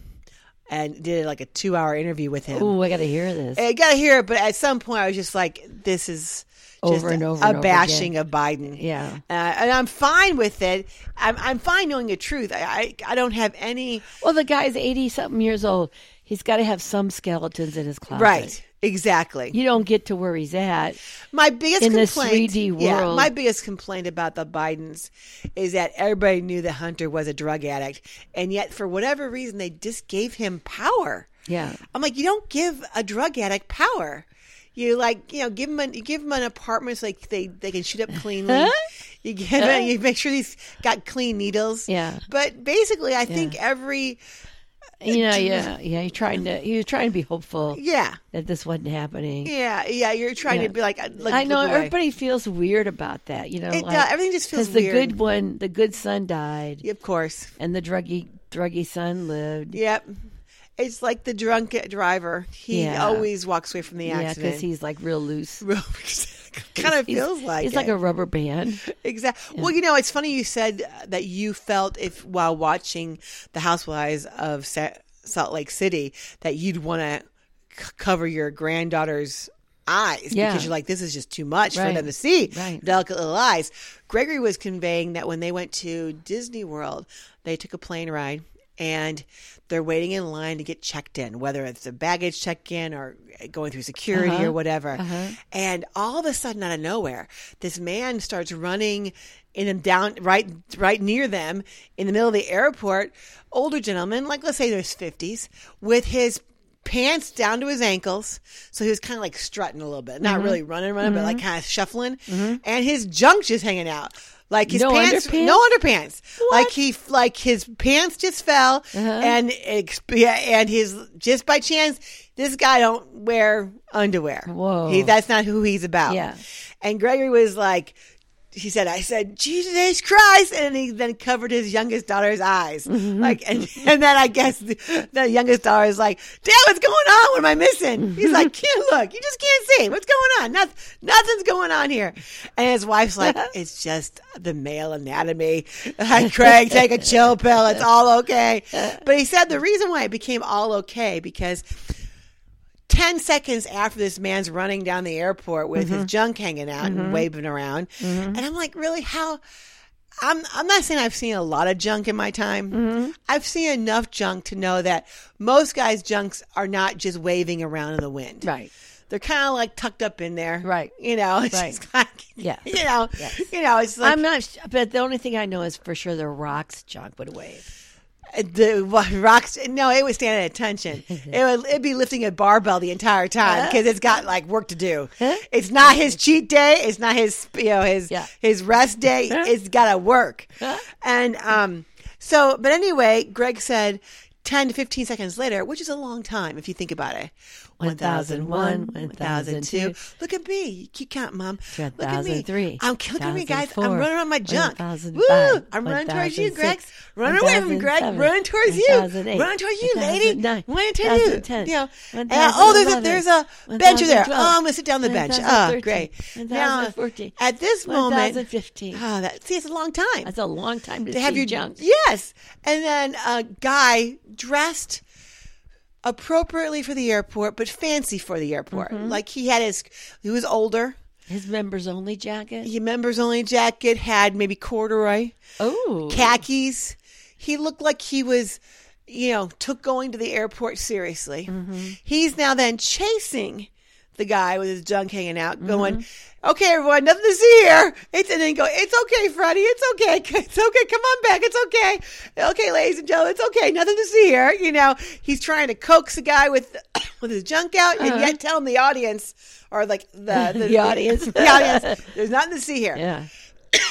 Speaker 1: and did like a two hour interview with him.
Speaker 2: Ooh, I got to hear this.
Speaker 1: I gotta hear it, but at some point I was just like, this is just
Speaker 2: Over and over
Speaker 1: a
Speaker 2: and over
Speaker 1: bashing of Biden.
Speaker 2: Yeah.
Speaker 1: uh, and I'm fine with it. I'm I'm fine knowing the truth. I I, I don't have any
Speaker 2: Well, the guy's eighty something years old. He's got to have some skeletons in his closet,
Speaker 1: right. Exactly.
Speaker 2: You don't get to where he's at.
Speaker 1: My biggest
Speaker 2: in this
Speaker 1: complaint,
Speaker 2: 3D
Speaker 1: yeah,
Speaker 2: world.
Speaker 1: my biggest complaint about the Bidens is that everybody knew that Hunter was a drug addict, and yet for whatever reason they just gave him power.
Speaker 2: Yeah.
Speaker 1: I'm like, you don't give a drug addict power. You like, you know, give him an, you give him an apartment so like they they can shoot up cleanly. You give it, you make sure he's got clean needles.
Speaker 2: Yeah.
Speaker 1: but basically, I think every
Speaker 2: You know, yeah, yeah. You're trying to you're trying to be hopeful
Speaker 1: yeah.
Speaker 2: that this wasn't happening.
Speaker 1: Yeah, yeah, you're trying
Speaker 2: Yeah.
Speaker 1: to be like, like
Speaker 2: I know
Speaker 1: look away.
Speaker 2: everybody feels weird about that. You know,
Speaker 1: It
Speaker 2: like,
Speaker 1: does. Everything just feels
Speaker 2: 'cause the
Speaker 1: weird.
Speaker 2: good one, the good son died,
Speaker 1: Of course,
Speaker 2: and the druggy druggy son lived.
Speaker 1: Yep. It's like the drunk driver. He
Speaker 2: Yeah.
Speaker 1: always walks away from the
Speaker 2: Yeah,
Speaker 1: accident.
Speaker 2: because he's like real loose.
Speaker 1: kind of
Speaker 2: He's-
Speaker 1: feels like
Speaker 2: he's
Speaker 1: it.
Speaker 2: like a rubber band.
Speaker 1: exactly. Well, you know, it's funny you said uh, that you felt if while watching The Housewives of Sa- Salt Lake City that you'd want to c- cover your granddaughter's eyes
Speaker 2: Yeah.
Speaker 1: because you're like, this is just too much for
Speaker 2: Right.
Speaker 1: them to see.
Speaker 2: Right.
Speaker 1: Delicate little eyes. Gregory was conveying that when they went to Disney World, they took a plane ride and they're waiting in line to get checked in, whether it's a baggage check in or going through security or whatever. And all of a sudden, out of nowhere, this man starts running in and down right right near them in the middle of the airport. Older gentleman, like let's say there's fifties, with his pants down to his ankles. So he was kind of like strutting a little bit,
Speaker 2: Mm-hmm.
Speaker 1: not really running, running, but like kind of shuffling. And his junk just hanging out. Like his
Speaker 2: No
Speaker 1: pants,
Speaker 2: underpants?
Speaker 1: no underpants. Like he, like his pants just fell,
Speaker 2: Uh-huh.
Speaker 1: and ex- yeah, and his just by chance, this guy don't wear underwear.
Speaker 2: Whoa.
Speaker 1: he, that's not who he's about.
Speaker 2: Yeah.
Speaker 1: and Gregory was like, he said, I said, Jesus Christ. And he then covered his youngest daughter's eyes. Like, and, and then I guess the, the youngest daughter is like, Dad, what's going on? What am I missing? He's like, can't look. You just can't see. What's going on? Noth- nothing's going on here. And his wife's like, it's just the male anatomy. Like, Craig, take a chill pill. It's all okay. But he said the reason why it became all okay because 10 seconds after this man's running down the airport with
Speaker 2: Mm-hmm.
Speaker 1: his junk hanging out and waving around. And I'm like, really? How? I'm, I'm not saying I've seen a lot of junk in my time.
Speaker 2: Mm-hmm.
Speaker 1: I've seen enough junk to know that most guys' junks are not just waving around in the wind.
Speaker 2: Right.
Speaker 1: They're kind of like tucked up in there.
Speaker 2: Right.
Speaker 1: You know, it's
Speaker 2: Right.
Speaker 1: just kind of,
Speaker 2: Yeah.
Speaker 1: you know, you know, it's like
Speaker 2: I'm not, sh- but the only thing I know is for sure the rocks junk would wave.
Speaker 1: the what, rocks. No, it would stand at attention. it would it'd be lifting a barbell the entire time because it's got like work to do. It's not his cheat day. It's not his you know his
Speaker 2: Yeah.
Speaker 1: his rest day. it's got to work. and um, so but anyway, Greg said. 10 to 15 seconds later, which is a long time if you think about it.
Speaker 2: 1001, 1002.
Speaker 1: Look at me. You keep counting, Mom. Look at me.
Speaker 2: 1003,
Speaker 1: I'm, look at me, guys. I'm
Speaker 2: 1004,
Speaker 1: running on my junk. Woo!
Speaker 2: 1005,
Speaker 1: I'm running towards you, Greg.
Speaker 2: 1006,
Speaker 1: Running away from me, Greg.
Speaker 2: 1007,
Speaker 1: Running towards you.
Speaker 2: 1008,
Speaker 1: Running towards you, lady.
Speaker 2: 1009,
Speaker 1: Running towards you.
Speaker 2: 1010,
Speaker 1: You know, and, uh, oh, there's a, there's a
Speaker 2: 1011,
Speaker 1: bench there.
Speaker 2: 1012,
Speaker 1: Oh, I'm going to sit down the bench. Oh,
Speaker 2: 1013,
Speaker 1: great. Now,
Speaker 2: 1014,
Speaker 1: at this moment,
Speaker 2: 1015.
Speaker 1: oh, that, see, it's a long time
Speaker 2: Ah, That's a long time to
Speaker 1: to
Speaker 2: see
Speaker 1: have your
Speaker 2: junk.
Speaker 1: Yes, and then a guy dressed appropriately for the airport, but fancy for the airport.
Speaker 2: Mm-hmm.
Speaker 1: Like he had his, he was older.
Speaker 2: His members only jacket.
Speaker 1: He members only jacket had maybe corduroy
Speaker 2: Oh,
Speaker 1: khakis. He looked like he was, you know, took going to the airport seriously.
Speaker 2: Mm-hmm.
Speaker 1: He's now then chasing the guy with his junk hanging out,
Speaker 2: Mm-hmm.
Speaker 1: going, "Okay, everyone, nothing to see here." It's and then go, "It's okay, Freddie. It's okay. It's okay. Come on back. It's okay. Okay, ladies and gentlemen, it's okay. Nothing to see here." You know, he's trying to coax the guy with with his junk out, and yet telling the audience or like the
Speaker 2: Uh-huh. The audience.
Speaker 1: the audience, there's nothing to see here.
Speaker 2: yeah,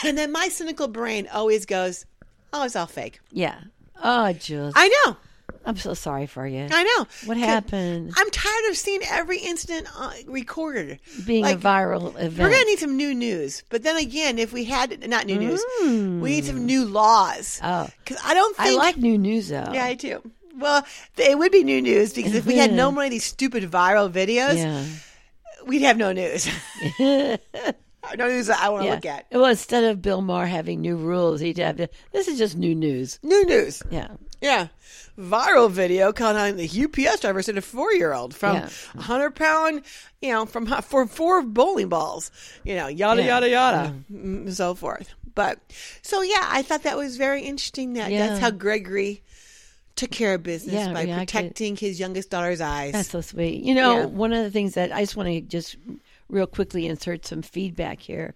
Speaker 1: And then my cynical brain always goes, "Oh, it's all fake."
Speaker 2: yeah. Oh, Jules, I,
Speaker 1: I know,
Speaker 2: am so sorry for you.
Speaker 1: I know.
Speaker 2: What
Speaker 1: Could-
Speaker 2: happened?
Speaker 1: I'm tired of seeing every incident uh, recorded.
Speaker 2: Being
Speaker 1: like,
Speaker 2: a viral event.
Speaker 1: We're gonna need some new news. But then again, if we had not new news, we need some new laws.
Speaker 2: Mm. Oh.
Speaker 1: because I don't
Speaker 2: I
Speaker 1: think.
Speaker 2: like new news though.
Speaker 1: yeah, I do. Well, th- it would be new news because if we had no more of these stupid viral videos,
Speaker 2: yeah.
Speaker 1: we'd have no news. no news that I want to
Speaker 2: yeah.
Speaker 1: look at.
Speaker 2: Well, instead of Bill Maher having new rules, he'd have to, this is just new news.
Speaker 1: New news.
Speaker 2: Yeah.
Speaker 1: Yeah. Viral video caught on the UPS driver sent a four year old from a
Speaker 2: Yeah.
Speaker 1: 100 pound, you know, from for four bowling balls, you know, yada,
Speaker 2: Yeah. Mm.
Speaker 1: yada, yada, and so forth. But so, yeah, I thought that was very interesting that
Speaker 2: Yeah.
Speaker 1: that's how Gregory took care of business
Speaker 2: Yeah,
Speaker 1: by
Speaker 2: reacted.
Speaker 1: protecting his youngest daughter's eyes.
Speaker 2: That's so sweet. You know,
Speaker 1: Yeah.
Speaker 2: one of the things that I just want to just real quickly insert some feedback here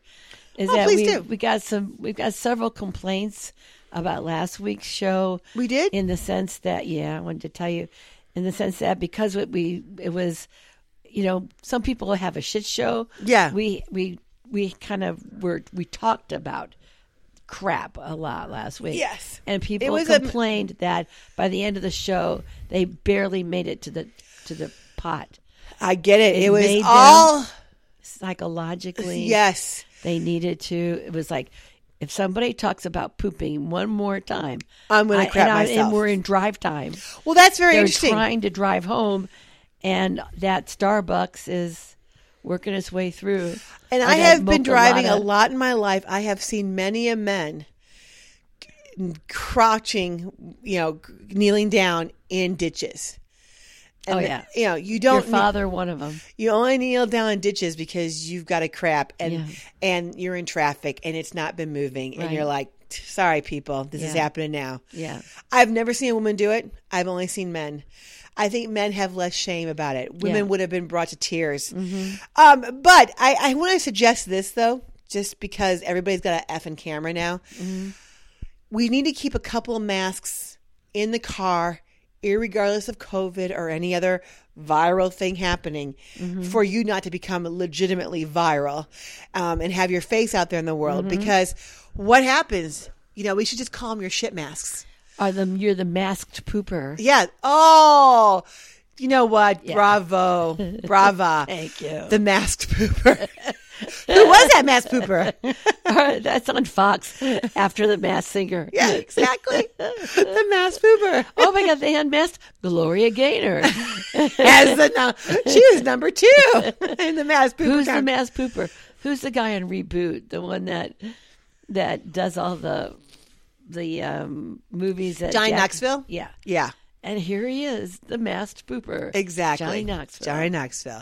Speaker 2: is
Speaker 1: Oh,
Speaker 2: that
Speaker 1: please
Speaker 2: we
Speaker 1: do.
Speaker 2: we got some we've got several complaints about last week's show.
Speaker 1: We did?
Speaker 2: in the sense that yeah, I wanted to tell you in the sense that because what we it was you know some people have a shit show.
Speaker 1: Yeah.
Speaker 2: we we we kind of were we talked about crap a lot last week.
Speaker 1: Yes.
Speaker 2: and people
Speaker 1: was a-
Speaker 2: complained that by the end of the show they barely made it to the to the pot
Speaker 1: I get it. It,
Speaker 2: It
Speaker 1: was
Speaker 2: made them-
Speaker 1: all,
Speaker 2: psychologically.
Speaker 1: yes.
Speaker 2: they needed to. It was like if somebody talks about pooping one more time,
Speaker 1: I'm gonna
Speaker 2: I-
Speaker 1: crap
Speaker 2: and I-
Speaker 1: myself.
Speaker 2: And we're in drive time.
Speaker 1: Well, that's very
Speaker 2: They're
Speaker 1: interesting.
Speaker 2: trying to drive home, and that Starbucks is working its way through.
Speaker 1: And
Speaker 2: Or
Speaker 1: I
Speaker 2: that
Speaker 1: have been
Speaker 2: Mocha
Speaker 1: driving a
Speaker 2: Latte.
Speaker 1: lot in my life. I have seen many a men crouching, you know, kneeling down in ditches.
Speaker 2: Oh,
Speaker 1: the-
Speaker 2: yeah.
Speaker 1: you know you
Speaker 2: Your
Speaker 1: don't kn-
Speaker 2: father, one of them.
Speaker 1: you only kneel down in ditches because you've got a crap and
Speaker 2: Yeah.
Speaker 1: and you're in traffic and it's not been moving and
Speaker 2: Right.
Speaker 1: you're like sorry people this is
Speaker 2: Yeah.
Speaker 1: happening now
Speaker 2: Yeah.
Speaker 1: I've never seen a woman do it. I've only seen men. I think men have less shame about it. Women
Speaker 2: Yeah.
Speaker 1: would have been brought to tears. Um, but I, I want to suggest this though, just because everybody's got an effing camera now. We need to keep a couple of masks in the car, irregardless of COVID or any other viral thing happening, for you not to become legitimately viral um, and have your face out there in the world. Because what happens? You know, we should just call them your shit masks.
Speaker 2: Are the you're the masked pooper?
Speaker 1: Yeah. Oh, you know what? Bravo. Brava.
Speaker 2: Thank you.
Speaker 1: The masked pooper. Who was that masked pooper?
Speaker 2: That's on Fox after the masked singer.
Speaker 1: Yeah, exactly. The masked pooper.
Speaker 2: Oh my God, they unmasked Gloria Gaynor.
Speaker 1: As the, nu- she was number two in the masked pooper.
Speaker 2: Who's the
Speaker 1: con-
Speaker 2: mass pooper? Who's the guy on reboot? The one that that does all the the um, movies that
Speaker 1: Johnny
Speaker 2: Jack-
Speaker 1: Knoxville?
Speaker 2: Yeah.
Speaker 1: Yeah,
Speaker 2: And here he is, the masked pooper.
Speaker 1: exactly.
Speaker 2: Johnny Knoxville.
Speaker 1: Johnny Knoxville.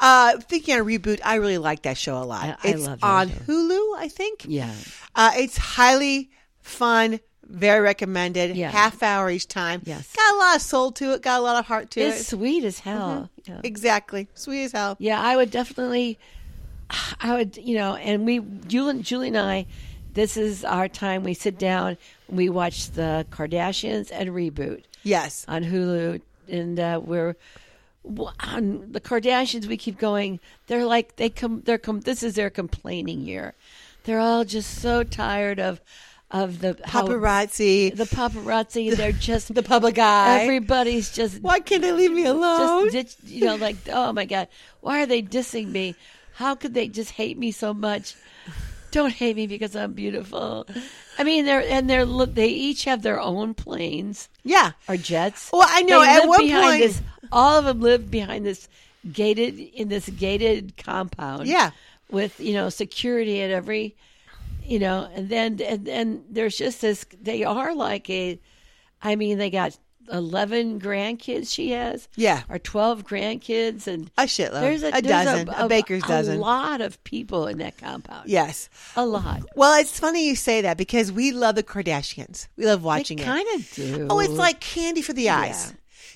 Speaker 1: Uh, thinking on reboot, I really like that show a lot.
Speaker 2: I- I
Speaker 1: it's
Speaker 2: love that
Speaker 1: on
Speaker 2: show.
Speaker 1: Hulu, I think.
Speaker 2: Yeah.
Speaker 1: Uh, it's highly fun, very recommended.
Speaker 2: Yeah.
Speaker 1: Half hour each time.
Speaker 2: Yes.
Speaker 1: Got a lot of soul to it, got a lot of heart to
Speaker 2: It's
Speaker 1: it.
Speaker 2: sweet as hell.
Speaker 1: Mm-hmm.
Speaker 2: Yeah.
Speaker 1: Exactly. Sweet as hell.
Speaker 2: Yeah, I would definitely. I would, you know, and we, Julie, Julie and I, this is our time. We sit down, we watch the Kardashians and reboot
Speaker 1: Yes.
Speaker 2: on Hulu, and uh, we're w- on the Kardashians. We keep going. They're like they come. They're come. This is their complaining year. They're all just so tired of of the how-
Speaker 1: Paparazzi,
Speaker 2: the paparazzi. They're just
Speaker 1: the public eye.
Speaker 2: everybody's just
Speaker 1: Why can't they leave me alone?
Speaker 2: just ditch, you know, like, oh my God, why are they dissing me? How could they just hate me so much? Don't hate me because I'm beautiful. I mean, they're and they're look. They each have their own planes
Speaker 1: yeah.
Speaker 2: or jets.
Speaker 1: Well, I know,
Speaker 2: They
Speaker 1: at
Speaker 2: live
Speaker 1: one
Speaker 2: behind
Speaker 1: point-
Speaker 2: this, all of them live behind this gated in this gated compound.
Speaker 1: Yeah.
Speaker 2: with you know security at every, you know, and then and then there's just this. They are like a. I mean, they got eleven grandkids. She has
Speaker 1: Yeah.
Speaker 2: or twelve grandkids, and
Speaker 1: A shitload.
Speaker 2: there's a,
Speaker 1: a
Speaker 2: there's
Speaker 1: dozen. A, baker's dozen.
Speaker 2: A lot of people in that compound.
Speaker 1: Yes.
Speaker 2: a lot.
Speaker 1: Well, it's funny you say that because we love the Kardashians. We love watching it.
Speaker 2: kind of do.
Speaker 1: Oh, it's like candy for the eyes.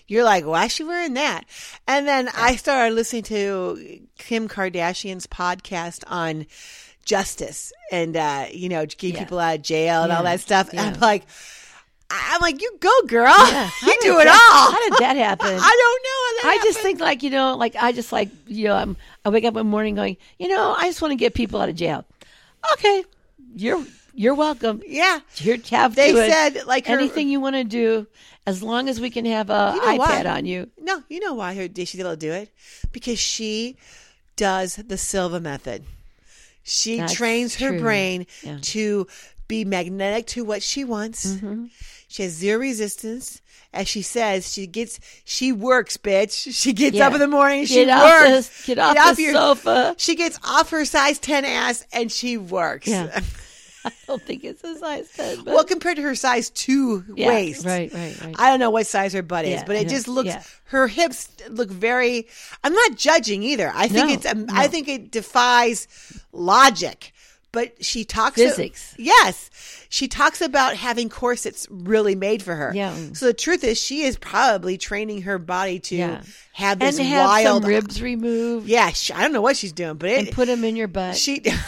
Speaker 1: You're like, why is she wearing that? And then I started listening to Kim Kardashian's podcast on justice and, uh, you know, getting
Speaker 2: Yeah.
Speaker 1: people out of jail and all
Speaker 2: Yeah.
Speaker 1: that stuff. And I'm
Speaker 2: Yeah.
Speaker 1: like, I- I'm like, you go, girl.
Speaker 2: How
Speaker 1: You
Speaker 2: did
Speaker 1: do it all.
Speaker 2: that- How did that happen?
Speaker 1: I don't know. How that
Speaker 2: I just
Speaker 1: happened.
Speaker 2: think like you know, like I just like you know, I'm I wake up one morning going, you know, I just want to get people out of jail. Okay, you're you're welcome.
Speaker 1: yeah.
Speaker 2: Here, have
Speaker 1: They
Speaker 2: to it.
Speaker 1: said, like, her-
Speaker 2: anything you want to do, as long as we can have a
Speaker 1: You know
Speaker 2: iPad
Speaker 1: why?
Speaker 2: on you.
Speaker 1: No, you know why her, she's able to do it? Because she does the Silva method. She
Speaker 2: That's
Speaker 1: trains her
Speaker 2: true.
Speaker 1: brain
Speaker 2: Yeah.
Speaker 1: to be magnetic to what she wants.
Speaker 2: Mm-hmm.
Speaker 1: She has zero resistance. As she says, she gets, she works, bitch. She gets
Speaker 2: Yeah.
Speaker 1: up in the morning.
Speaker 2: Get
Speaker 1: she
Speaker 2: off
Speaker 1: works.
Speaker 2: this- get off the sofa.
Speaker 1: She gets off her size 10 ass and she works.
Speaker 2: Yeah. I don't think it's a size ten. But
Speaker 1: well, compared to her size two
Speaker 2: Yeah,
Speaker 1: waist.
Speaker 2: right, right, right.
Speaker 1: I don't know what size her butt is,
Speaker 2: Yeah,
Speaker 1: but
Speaker 2: I
Speaker 1: it
Speaker 2: know.
Speaker 1: just looks
Speaker 2: Yeah.
Speaker 1: her hips look very I'm not judging either. I think
Speaker 2: No,
Speaker 1: it's um,
Speaker 2: no.
Speaker 1: I think it defies logic. But she talks
Speaker 2: Physics.
Speaker 1: yes. She talks about having corsets really made for her.
Speaker 2: Yeah.
Speaker 1: So the truth is she is probably training her body to
Speaker 2: Yeah.
Speaker 1: have
Speaker 2: and
Speaker 1: this
Speaker 2: have
Speaker 1: wild
Speaker 2: some ribs removed
Speaker 1: Yeah, she, I don't know what she's doing, but it
Speaker 2: and put them in your butt.
Speaker 1: she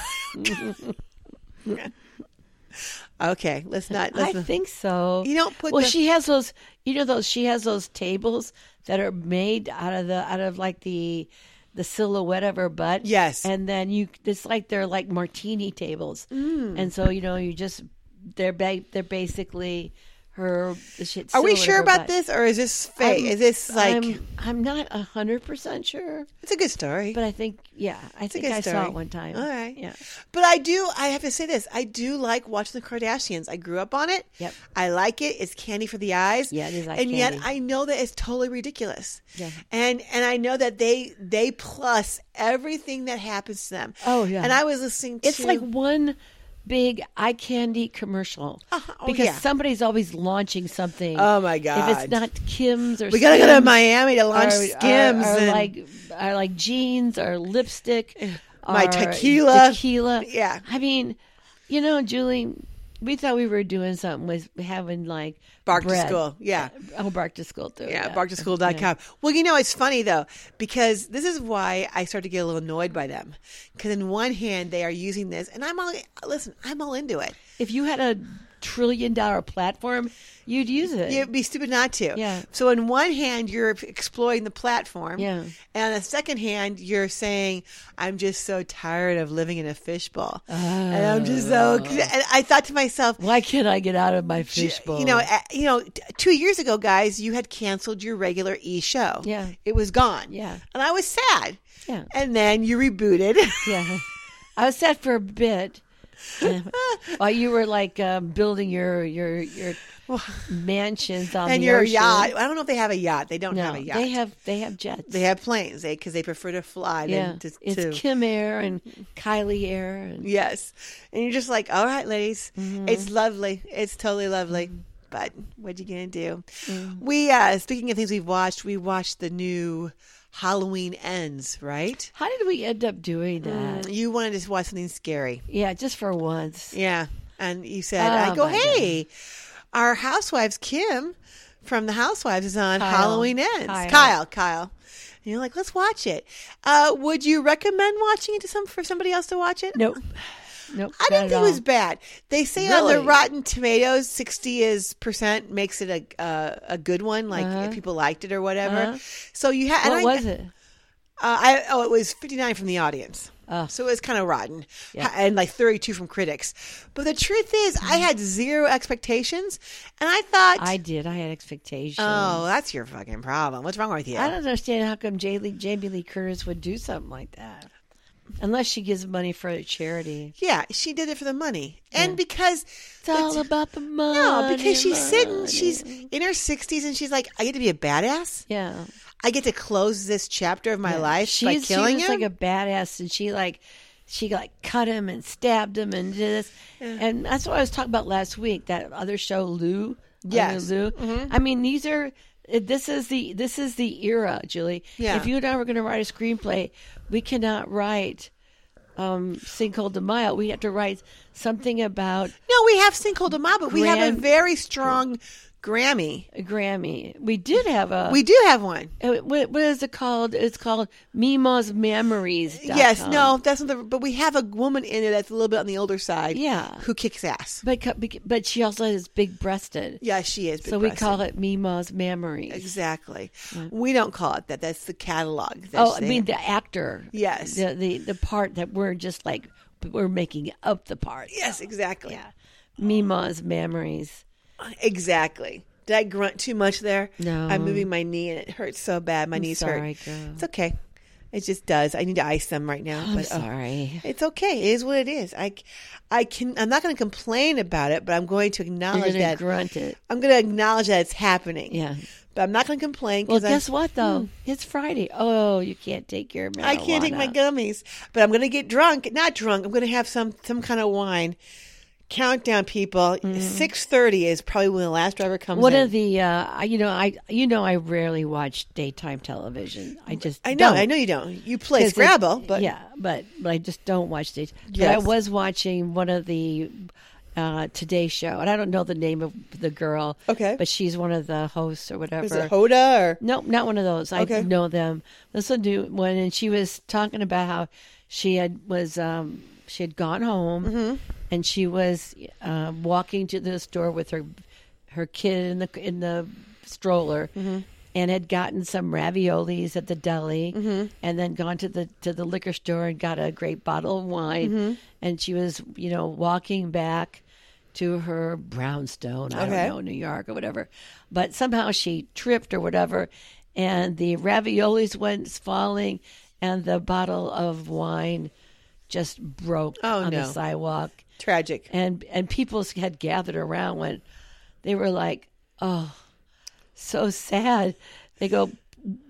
Speaker 1: Okay, let's not let's
Speaker 2: I
Speaker 1: not-
Speaker 2: think so.
Speaker 1: You don't put
Speaker 2: Well,
Speaker 1: the-
Speaker 2: she has those. You know those. She has those tables that are made out of the out of like the the silhouette of her butt.
Speaker 1: Yes.
Speaker 2: And then you, it's like they're like martini tables. Mm. And so you know you just they're ba- they're basically her. the shit
Speaker 1: Are we
Speaker 2: silhouette of
Speaker 1: sure
Speaker 2: her
Speaker 1: about
Speaker 2: butt.
Speaker 1: this, or is this fake?
Speaker 2: I'm-
Speaker 1: is this like
Speaker 2: I'm, I'm not a hundred percent sure,
Speaker 1: it's a good story?
Speaker 2: but I think yeah, I
Speaker 1: a
Speaker 2: think
Speaker 1: good
Speaker 2: I saw
Speaker 1: story.
Speaker 2: it one time.
Speaker 1: All right.
Speaker 2: Yeah.
Speaker 1: But I do. I have to say this. I do like watching the Kardashians. I grew up on it.
Speaker 2: Yep.
Speaker 1: I like it. It's candy for the eyes.
Speaker 2: Yeah, it is like
Speaker 1: and yet
Speaker 2: candy.
Speaker 1: I know that it's totally ridiculous.
Speaker 2: Yeah.
Speaker 1: And and I know that they they plus everything that happens to them.
Speaker 2: Oh, yeah.
Speaker 1: And I was listening. to...
Speaker 2: It's like one big eye candy commercial
Speaker 1: Uh-huh. Oh,
Speaker 2: because
Speaker 1: yeah.
Speaker 2: somebody's always launching something.
Speaker 1: Oh, my
Speaker 2: If it's
Speaker 1: God.
Speaker 2: not Kim's or
Speaker 1: We gotta go to
Speaker 2: Skims
Speaker 1: Miami to launch
Speaker 2: or- or-
Speaker 1: Skims
Speaker 2: or,
Speaker 1: and
Speaker 2: like or like jeans or lipstick,
Speaker 1: My
Speaker 2: or
Speaker 1: tequila.
Speaker 2: tequila.
Speaker 1: Yeah.
Speaker 2: I mean, you know, Julie, we thought we were doing something with having like
Speaker 1: bark
Speaker 2: bread.
Speaker 1: to school. Yeah.
Speaker 2: Oh, bark to school too.
Speaker 1: Yeah, barktoschool.com. Well, you know, it's funny though, because this is why I start to get a little annoyed by them. Because on one hand, they are using this, and I'm all, listen, I'm all into it.
Speaker 2: If you had a trillion dollar platform, you'd use it.
Speaker 1: It'd be stupid not to.
Speaker 2: Yeah.
Speaker 1: So on one hand, you're exploiting the platform.
Speaker 2: Yeah.
Speaker 1: And on the second hand, you're saying, "I'm just so tired of living in a fishbowl," and I'm just so.
Speaker 2: Oh.
Speaker 1: And I thought to myself,
Speaker 2: Why can't I get out of my fishbowl?
Speaker 1: You know, uh, you know, t- two years ago, guys, you had canceled your regular e show.
Speaker 2: Yeah.
Speaker 1: it was gone.
Speaker 2: Yeah.
Speaker 1: and I was sad.
Speaker 2: Yeah.
Speaker 1: and then you rebooted.
Speaker 2: yeah. I was sad for a bit. Uh, While you were like um, building your your your mansions on
Speaker 1: and
Speaker 2: the
Speaker 1: your
Speaker 2: ocean.
Speaker 1: yacht. I don't know if they have a yacht. They don't
Speaker 2: No,
Speaker 1: have a yacht.
Speaker 2: they have they have jets.
Speaker 1: They have planes. They because they prefer to fly
Speaker 2: yeah.
Speaker 1: than to. to-
Speaker 2: it's Kim Air and Kylie Air and
Speaker 1: yes, and you're just like, all right, ladies,
Speaker 2: Mm-hmm.
Speaker 1: it's lovely. It's totally lovely. But what you gonna do?
Speaker 2: Mm.
Speaker 1: We uh speaking of things we've watched, we watched the new Halloween Ends, right?
Speaker 2: How did we end up
Speaker 1: Mm.
Speaker 2: doing that?
Speaker 1: You wanted to watch something scary.
Speaker 2: Yeah, just for once.
Speaker 1: Yeah. And you said,
Speaker 2: Oh,
Speaker 1: I go,
Speaker 2: my
Speaker 1: hey, our housewives, Kim from the Housewives, is on
Speaker 2: Kyle.
Speaker 1: Halloween Ends.
Speaker 2: Kyle.
Speaker 1: Kyle, Kyle. And you're like, let's watch it. Uh, would you recommend watching it to some for somebody else to watch it?
Speaker 2: Nope. Nope.
Speaker 1: I didn't
Speaker 2: not at
Speaker 1: think it was
Speaker 2: all.
Speaker 1: bad. They say on the
Speaker 2: Really?
Speaker 1: Rotten Tomatoes, sixty is percent makes it a uh, a good one, like
Speaker 2: Uh-huh.
Speaker 1: if people liked it or whatever.
Speaker 2: Uh-huh.
Speaker 1: So you had.
Speaker 2: What
Speaker 1: I,
Speaker 2: was it?
Speaker 1: uh, I oh, it was fifty nine from the audience,
Speaker 2: Oh.
Speaker 1: so it was kind of rotten,
Speaker 2: Yeah. Mm-hmm.
Speaker 1: Ha- and like thirty two from critics. But the truth is, I had zero expectations, and I thought,
Speaker 2: I did. I had expectations.
Speaker 1: oh, that's your fucking problem. What's wrong with you?
Speaker 2: I don't understand how come Jamie Lee, Jamie Lee Curtis would do something like that, unless she gives money for a charity.
Speaker 1: yeah, she did it for the money, and because
Speaker 2: It's all about the money.
Speaker 1: no, because she's sitting,
Speaker 2: money.
Speaker 1: she's in her sixties, and she's like, I get to be a badass.
Speaker 2: yeah.
Speaker 1: I get to close this chapter of my life by
Speaker 2: She's
Speaker 1: killing
Speaker 2: she was
Speaker 1: him.
Speaker 2: like a badass, and she like she like cut him and stabbed him and did this, and that's what I was talking about last week. That other show, Lou. Under
Speaker 1: Yes. Mm-hmm.
Speaker 2: Lou. I mean, these are this is the this is the era, Julie.
Speaker 1: Yeah.
Speaker 2: If you and I were going to write a screenplay, we cannot write. Um, sinkhole to mile. We have to write something about
Speaker 1: no, we have Cinco de Mayo, but we have a
Speaker 2: Gran-
Speaker 1: very strong Grammy.
Speaker 2: a Grammy. We did have a.
Speaker 1: We do have one.
Speaker 2: uh, what, what is it called? It's called Mima's Memories.
Speaker 1: Yes, no, that's not the. But we have a woman in it that's a little bit on the older side.
Speaker 2: Yeah.
Speaker 1: who kicks ass.
Speaker 2: But co- bec- but she also is big breasted.
Speaker 1: Yeah, she is.
Speaker 2: so we call it Mima's memories.
Speaker 1: exactly. We don't call it that. That's the catalog. That's
Speaker 2: Oh, I
Speaker 1: the-
Speaker 2: mean the actor.
Speaker 1: Yes.
Speaker 2: The, the the part that we're just like we're making up the part.
Speaker 1: yes, exactly,
Speaker 2: Yeah. Mima's memories.
Speaker 1: exactly. Did I grunt too much there?
Speaker 2: No.
Speaker 1: I'm moving my knee and it hurts so bad. My knees
Speaker 2: sorry,
Speaker 1: hurt.
Speaker 2: girl.
Speaker 1: It's okay. It just does. I need to ice them right now.
Speaker 2: I'm
Speaker 1: but, oh,
Speaker 2: sorry.
Speaker 1: It's okay. It is what it is. I, I can. I'm not going to complain about it, but I'm going to
Speaker 2: You're
Speaker 1: acknowledge
Speaker 2: gonna
Speaker 1: that.
Speaker 2: grunt it.
Speaker 1: I'm going to acknowledge that it's happening.
Speaker 2: Yeah.
Speaker 1: But I'm not going to complain.
Speaker 2: Well,
Speaker 1: 'cause I'm- Hmm.
Speaker 2: guess what though? It's Friday. Oh, you can't take your. Marijuana.
Speaker 1: I can't take my gummies, but I'm going to get drunk. Not drunk. I'm going to have some some kind of wine. Countdown, people. Six thirty is probably when the last driver comes.
Speaker 2: One
Speaker 1: in.
Speaker 2: of the uh, I- Mm. you know I you know I rarely watch daytime television. I just
Speaker 1: I know.
Speaker 2: don't.
Speaker 1: I know you don't. You play
Speaker 2: 'Cause it's-
Speaker 1: Scrabble, but
Speaker 2: yeah, but, but I just don't watch these. But I
Speaker 1: Yes.
Speaker 2: was watching one of the uh, Today Show, and I don't know the name of the girl.
Speaker 1: Okay.
Speaker 2: but she's one of the hosts or whatever.
Speaker 1: is it Hoda or
Speaker 2: Nope, not one of those. I
Speaker 1: Okay.
Speaker 2: know them. This one new one, and she was talking about how she had was um, she had gone home,
Speaker 1: Mm-hmm.
Speaker 2: and she was um, walking to the store with her her kid in the in the stroller,
Speaker 1: Mm-hmm.
Speaker 2: and had gotten some raviolis at the deli,
Speaker 1: Mm-hmm.
Speaker 2: and then gone to the to the liquor store and got a great bottle of wine,
Speaker 1: Mm-hmm.
Speaker 2: and she was you know walking back to her brownstone. I
Speaker 1: Okay.
Speaker 2: don't know New York or whatever. But somehow she tripped or whatever, and the raviolis went falling, and the bottle of wine just broke
Speaker 1: Oh,
Speaker 2: on the
Speaker 1: no.
Speaker 2: sidewalk.
Speaker 1: tragic?
Speaker 2: And and people had gathered around when they were like, "Oh, so sad." They go,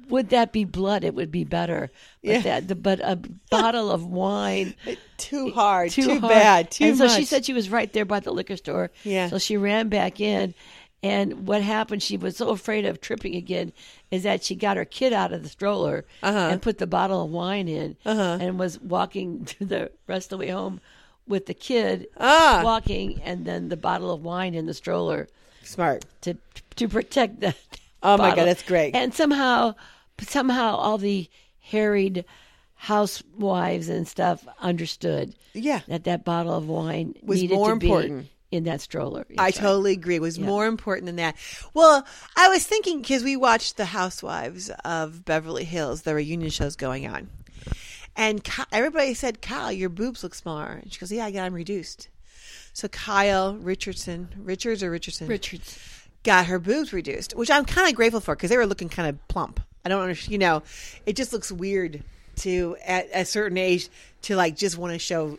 Speaker 2: Would that be blood? It would be better. But
Speaker 1: Yeah.
Speaker 2: that, the, but a bottle of wine.
Speaker 1: too hard, too,
Speaker 2: hard.
Speaker 1: bad, too
Speaker 2: and so
Speaker 1: much.
Speaker 2: she said she was right there by the liquor store.
Speaker 1: Yeah.
Speaker 2: So she ran back in, and what happened? She was so afraid of tripping again, is that she got her kid out of the stroller
Speaker 1: Uh-huh.
Speaker 2: and put the bottle of wine in, and was walking to the rest of the way home with the kid
Speaker 1: Ah.
Speaker 2: walking, and then the bottle of wine in the stroller
Speaker 1: smart.
Speaker 2: to to protect the.
Speaker 1: Oh, my
Speaker 2: bottle.
Speaker 1: God, that's great.
Speaker 2: And somehow, somehow, all the harried housewives and stuff understood
Speaker 1: Yeah.
Speaker 2: that that bottle of wine
Speaker 1: Was
Speaker 2: needed
Speaker 1: more
Speaker 2: to be
Speaker 1: important.
Speaker 2: in that stroller.
Speaker 1: I
Speaker 2: That's right.
Speaker 1: totally agree. It was more important than that. Well, I was thinking because we watched The Housewives of Beverly Hills, the reunion show's going on. And Ky- everybody said, Kyle, your boobs look smaller. And she goes, Yeah, I got them reduced. So Kyle Richardson, Richards or Richardson?
Speaker 2: Richards.
Speaker 1: got her boobs reduced, which I'm kind of grateful for because they were looking kind of plump. I don't understand, you know, it just looks weird to at a certain age to like just want to show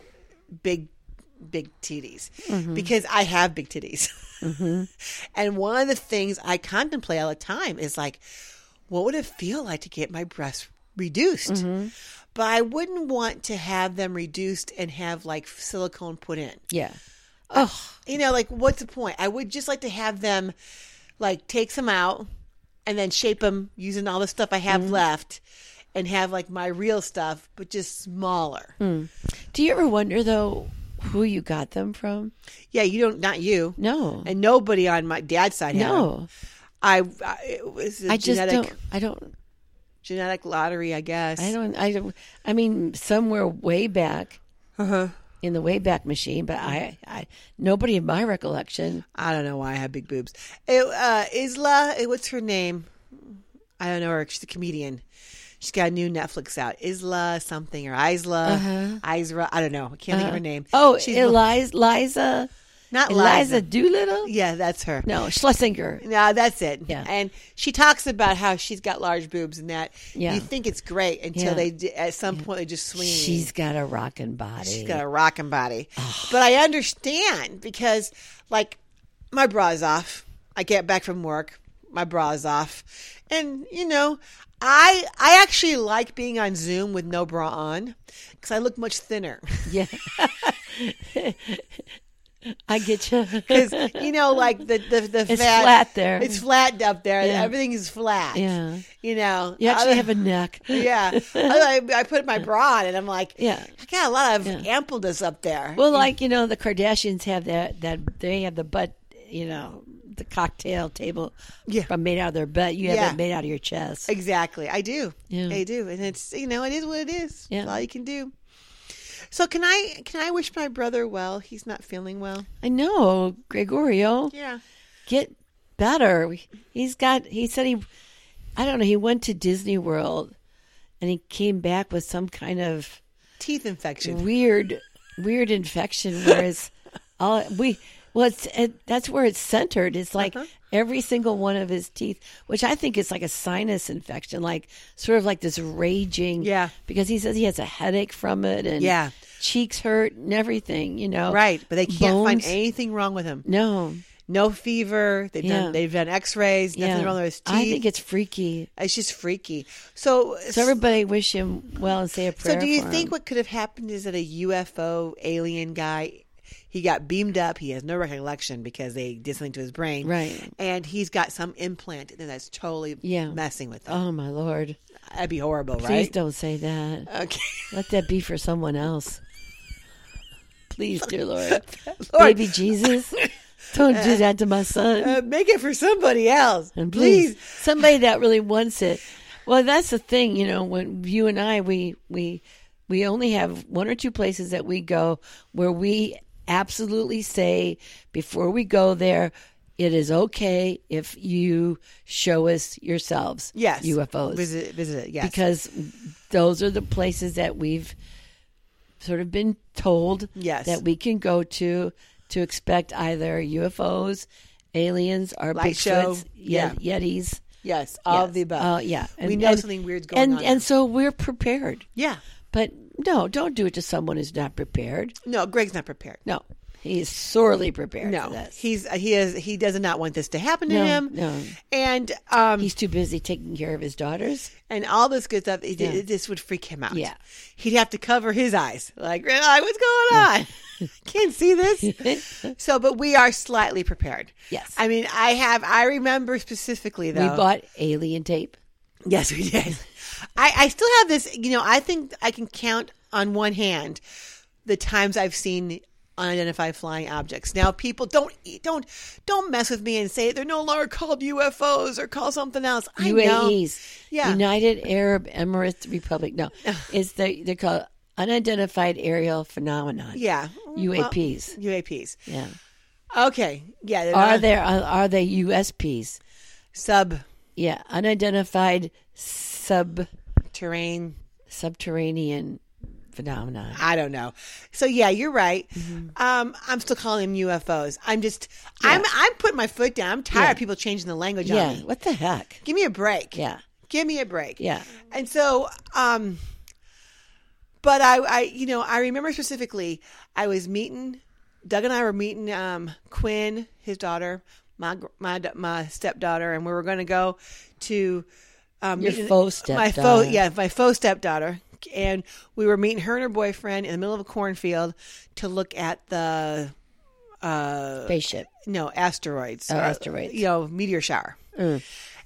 Speaker 1: big, big titties because I have big titties. and one of the things I contemplate all the time is like, what would it feel like to get my breasts reduced? But I wouldn't want to have them reduced and have like silicone put in
Speaker 2: Yeah. Oh,
Speaker 1: you know, like what's the point? I would just like to have them like take some out and then shape them using all the stuff I have
Speaker 2: Mm-hmm.
Speaker 1: left and have like my real stuff, but just smaller.
Speaker 2: Mm. do you ever wonder though who you got them from?
Speaker 1: Yeah, you don't, not you.
Speaker 2: No.
Speaker 1: And nobody on my dad's side. had them.
Speaker 2: no.
Speaker 1: I, I it was a
Speaker 2: I just
Speaker 1: genetic,
Speaker 2: don't I don't
Speaker 1: genetic lottery, I guess.
Speaker 2: I don't I don't I mean somewhere way back
Speaker 1: Uh-huh.
Speaker 2: in the way back machine, but I, I nobody in my recollection.
Speaker 1: I don't know why I have big boobs. It, uh, Isla, eh, what's her name? I don't know her. She's a comedian. She's got a new Netflix out. Isla something or Isla, Isra. I don't know. I can't think of her name.
Speaker 2: Uh-huh. Oh,
Speaker 1: she's
Speaker 2: Eliza Liza
Speaker 1: not
Speaker 2: Eliza
Speaker 1: Liza.
Speaker 2: Doolittle?
Speaker 1: Yeah, that's her.
Speaker 2: No, Schlesinger.
Speaker 1: No, that's it.
Speaker 2: Yeah.
Speaker 1: And she talks about how she's got large boobs and that
Speaker 2: Yeah.
Speaker 1: you think it's great until
Speaker 2: Yeah.
Speaker 1: they d- at some point they just swing.
Speaker 2: She's got a rockin' body.
Speaker 1: She's got a rocking body. but I understand because, like, my bra's off. I get back from work, my bra's off, and you know, I I actually like being on Zoom with no bra on because I look much thinner.
Speaker 2: Yeah. I get you.
Speaker 1: Because you know, like the the the
Speaker 2: It's
Speaker 1: fat-
Speaker 2: flat there.
Speaker 1: It's flat up there.
Speaker 2: Yeah.
Speaker 1: Everything is flat.
Speaker 2: Yeah.
Speaker 1: You know.
Speaker 2: You actually
Speaker 1: Other-
Speaker 2: have a neck.
Speaker 1: yeah, I, I put my bra on and I'm like,
Speaker 2: Yeah.
Speaker 1: I got a lot of ampleness up there.
Speaker 2: Well, like you know, the Kardashians have that that they have the butt, you know, the cocktail table,
Speaker 1: Yeah.
Speaker 2: from made out of their butt. You have
Speaker 1: Yeah.
Speaker 2: it made out of your chest.
Speaker 1: Exactly. I do.
Speaker 2: Yeah.
Speaker 1: I do. And it's you know, it is what it is.
Speaker 2: Yeah.
Speaker 1: It's all you can do. So can I can I wish my brother well? He's not feeling well.
Speaker 2: I know, Gregorio,
Speaker 1: Yeah.
Speaker 2: get better. We- He's got. He said he, I don't know. He went to Disney World, and he came back with some kind of
Speaker 1: Teeth infection.
Speaker 2: weird, weird infection. Whereas all we well, it's it, that's where it's centered. It's like
Speaker 1: Uh-huh.
Speaker 2: every single one of his teeth, which I think is like a sinus infection, like sort of like this raging.
Speaker 1: Yeah.
Speaker 2: because he says he has a headache from it, and
Speaker 1: Yeah.
Speaker 2: cheeks hurt and everything. You know,
Speaker 1: Right. But they can't find
Speaker 2: Bones.
Speaker 1: anything wrong with him.
Speaker 2: No,
Speaker 1: No fever. They've
Speaker 2: Yeah.
Speaker 1: done they've done x rays, nothing
Speaker 2: yeah,
Speaker 1: wrong with his teeth.
Speaker 2: I think it's freaky.
Speaker 1: it's just freaky. So
Speaker 2: So everybody wish him well and say a prayer.
Speaker 1: so do you
Speaker 2: for
Speaker 1: think
Speaker 2: him.
Speaker 1: what could have happened is that a UFO alien guy he got beamed up, he has no recollection because they did something to his brain.
Speaker 2: Right.
Speaker 1: And he's got some implant in there that's totally
Speaker 2: Yeah.
Speaker 1: messing with him.
Speaker 2: Oh my lord!
Speaker 1: That'd be horrible,
Speaker 2: Please
Speaker 1: right?
Speaker 2: don't say that.
Speaker 1: Okay.
Speaker 2: Let that be for someone else. Please, dear Lord.
Speaker 1: Lord.
Speaker 2: Baby Jesus, don't do that to my son.
Speaker 1: Uh, make it for somebody else.
Speaker 2: And
Speaker 1: please.
Speaker 2: please, somebody that really wants it. Well, that's the thing, you know, when you and I we we we only have one or two places that we go where we absolutely say before we go there it is okay if you show us yourselves
Speaker 1: Yes.
Speaker 2: UFOs
Speaker 1: Visit visit it, yes.
Speaker 2: because those are the places that we've sort of been told
Speaker 1: Yes.
Speaker 2: that we can go to to expect either UFOs, aliens, or
Speaker 1: Light
Speaker 2: Bigfoots,
Speaker 1: show.
Speaker 2: Yet-
Speaker 1: Yeah.
Speaker 2: Yetis.
Speaker 1: yes, all
Speaker 2: Yes.
Speaker 1: of the above.
Speaker 2: Oh, yeah.
Speaker 1: we know something weird's going
Speaker 2: and,
Speaker 1: on.
Speaker 2: And so we're prepared.
Speaker 1: yeah.
Speaker 2: But no, don't do it to someone who's not prepared.
Speaker 1: No, Greg's not prepared.
Speaker 2: No. He's sorely prepared for
Speaker 1: No,
Speaker 2: this.
Speaker 1: he's he is he does not want this to happen to
Speaker 2: No,
Speaker 1: him.
Speaker 2: no.
Speaker 1: And um
Speaker 2: He's too busy taking care of his daughters.
Speaker 1: and all this good stuff. It,
Speaker 2: Yeah.
Speaker 1: it- this would freak him out.
Speaker 2: Yeah.
Speaker 1: he'd have to cover his eyes. Like, "Red eye, what's going on? Can't see this. so, but we are slightly prepared.
Speaker 2: Yes.
Speaker 1: I mean, I have. I remember specifically though.
Speaker 2: We bought alien tape.
Speaker 1: Yes, we did. I, I still have this. You know, I think I can count on one hand the times I've seen unidentified flying objects. Now, people don't e, don't don't mess with me and say they're no longer called UFOs or call something else. I know.
Speaker 2: UAEs.
Speaker 1: Yeah.
Speaker 2: United Arab Emirates Republic. No, it's the they're called unidentified aerial phenomenon.
Speaker 1: Yeah. Mm,
Speaker 2: UAPs.
Speaker 1: Well, UAPs.
Speaker 2: Yeah.
Speaker 1: Okay. Yeah. they're
Speaker 2: Are
Speaker 1: not
Speaker 2: there are, are they USPs?
Speaker 1: subterranean
Speaker 2: Yeah, unidentified sub subterranean phenomenon.
Speaker 1: I don't know. So yeah, you're right.
Speaker 2: Mm-hmm.
Speaker 1: Um, I'm still calling them UFOs. I'm just I'm I'm putting my foot down. I'm tired
Speaker 2: Yeah.
Speaker 1: of people changing the language on
Speaker 2: Yeah.
Speaker 1: me.
Speaker 2: What the heck?
Speaker 1: Give me a break.
Speaker 2: Yeah.
Speaker 1: Give me a break.
Speaker 2: Yeah.
Speaker 1: And so um but I I you know, I remember specifically I was meeting Doug and I were meeting um Quinn, his daughter, my gr- my da- my stepdaughter and we were going to go to um
Speaker 2: Your
Speaker 1: meet-
Speaker 2: faux
Speaker 1: My faux
Speaker 2: stepdaughter.
Speaker 1: yeah, my faux stepdaughter and we were meeting her and her boyfriend in the middle of a cornfield to look at the
Speaker 2: Spaceship.
Speaker 1: no asteroids
Speaker 2: Oh,
Speaker 1: or,
Speaker 2: asteroids. Mm.
Speaker 1: you know meteor shower and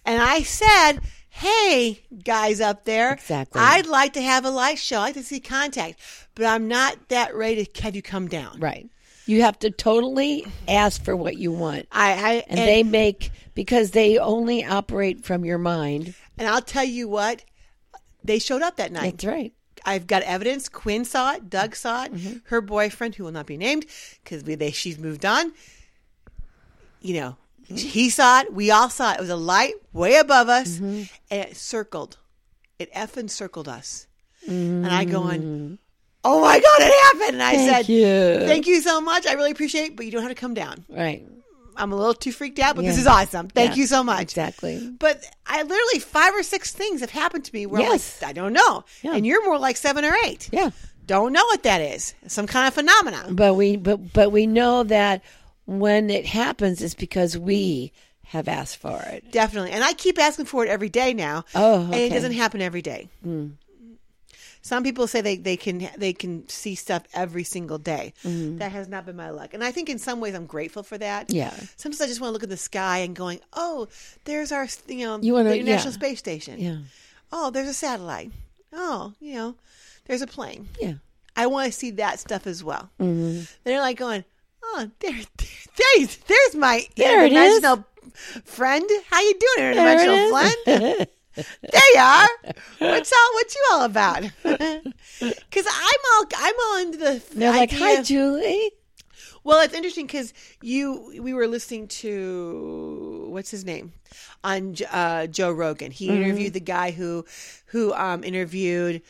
Speaker 1: i said hey guys up there
Speaker 2: Exactly.
Speaker 1: i'd like to have a light show i'd like to see contact but i'm not that ready to have you come down
Speaker 2: Right. You have to totally ask for what you want.
Speaker 1: i, I
Speaker 2: And, they make because they only operate from your mind.
Speaker 1: and i'll tell you what they showed up that night
Speaker 2: That's right.
Speaker 1: I've got evidence. Quinn saw it. Doug saw it.
Speaker 2: Mm-hmm.
Speaker 1: Her boyfriend, who will not be named because she's moved on. You know,
Speaker 2: Mm-hmm.
Speaker 1: he saw it. We all saw it. It was a light way above us,
Speaker 2: Mm-hmm.
Speaker 1: and it circled. It effing circled us. And I going, oh my god, it happened! And I
Speaker 2: Mm. Thank
Speaker 1: said,
Speaker 2: you.
Speaker 1: thank you so much. I really appreciate it, but you don't have to come down.
Speaker 2: Right.
Speaker 1: I'm a little too freaked out, but this
Speaker 2: Yeah.
Speaker 1: is awesome. Thank
Speaker 2: Yeah,
Speaker 1: you so much.
Speaker 2: Exactly.
Speaker 1: But I literally five or six things have happened to me where
Speaker 2: Yes.
Speaker 1: I'm like, I don't know,
Speaker 2: Yeah.
Speaker 1: and you're more like seven or eight.
Speaker 2: Yeah.
Speaker 1: Don't know what that is. Some kind of phenomenon.
Speaker 2: But we but but we know that when it happens it's because we have asked for it.
Speaker 1: Definitely. And I keep asking for it every day now.
Speaker 2: Oh,
Speaker 1: And it
Speaker 2: okay. Hmm.
Speaker 1: doesn't happen every day. Some people say they, they can they can see stuff every single day. That has not been my luck. And I think in some ways I'm grateful for that.
Speaker 2: Mm-hmm. Yeah.
Speaker 1: Sometimes I just want to look at the sky and going, "Oh, there's our, you know,
Speaker 2: You wanna-
Speaker 1: the International
Speaker 2: yeah.
Speaker 1: Space Station."
Speaker 2: Yeah.
Speaker 1: Oh, there's a satellite. Oh, you know, there's a plane.
Speaker 2: Yeah.
Speaker 1: I want to see that stuff as well.
Speaker 2: Mm-hmm.
Speaker 1: They're like going, oh, there, there, there's, there's my
Speaker 2: There it is.
Speaker 1: interdimensional friend. How you doing,
Speaker 2: There it
Speaker 1: interdimensional
Speaker 2: is.
Speaker 1: friend? there you are. What's all? What you all about? Because I'm all, I'm all into the.
Speaker 2: They're like,
Speaker 1: idea
Speaker 2: "Hi,
Speaker 1: of-
Speaker 2: Julie."
Speaker 1: well, it's interesting because you we were listening to what's his name on J- uh, Joe Rogan. He
Speaker 2: Mm-hmm.
Speaker 1: interviewed the guy who who um, interviewed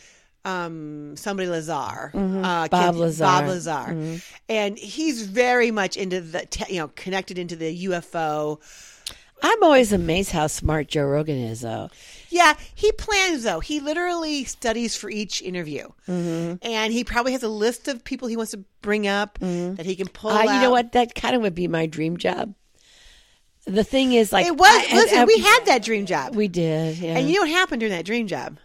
Speaker 1: um, somebody Lazar, uh,
Speaker 2: Mm-hmm. Bob
Speaker 1: Ken-
Speaker 2: Lazar. Mm-hmm.
Speaker 1: Bob Lazar, and he's very much into the te- you know connected into the UFO.
Speaker 2: I'm always amazed how smart Joe Rogan is, though.
Speaker 1: Yeah, he plans though. He literally studies for each interview,
Speaker 2: Mm-hmm.
Speaker 1: and he probably has a list of people he wants to bring up that he can pull.
Speaker 2: Uh, you know
Speaker 1: out.
Speaker 2: what? That kind of would be my dream job. The thing is, like,
Speaker 1: It was.
Speaker 2: I- I-
Speaker 1: listen,
Speaker 2: I-
Speaker 1: we had that dream job.
Speaker 2: we did, yeah.
Speaker 1: And you know what happened during that dream job?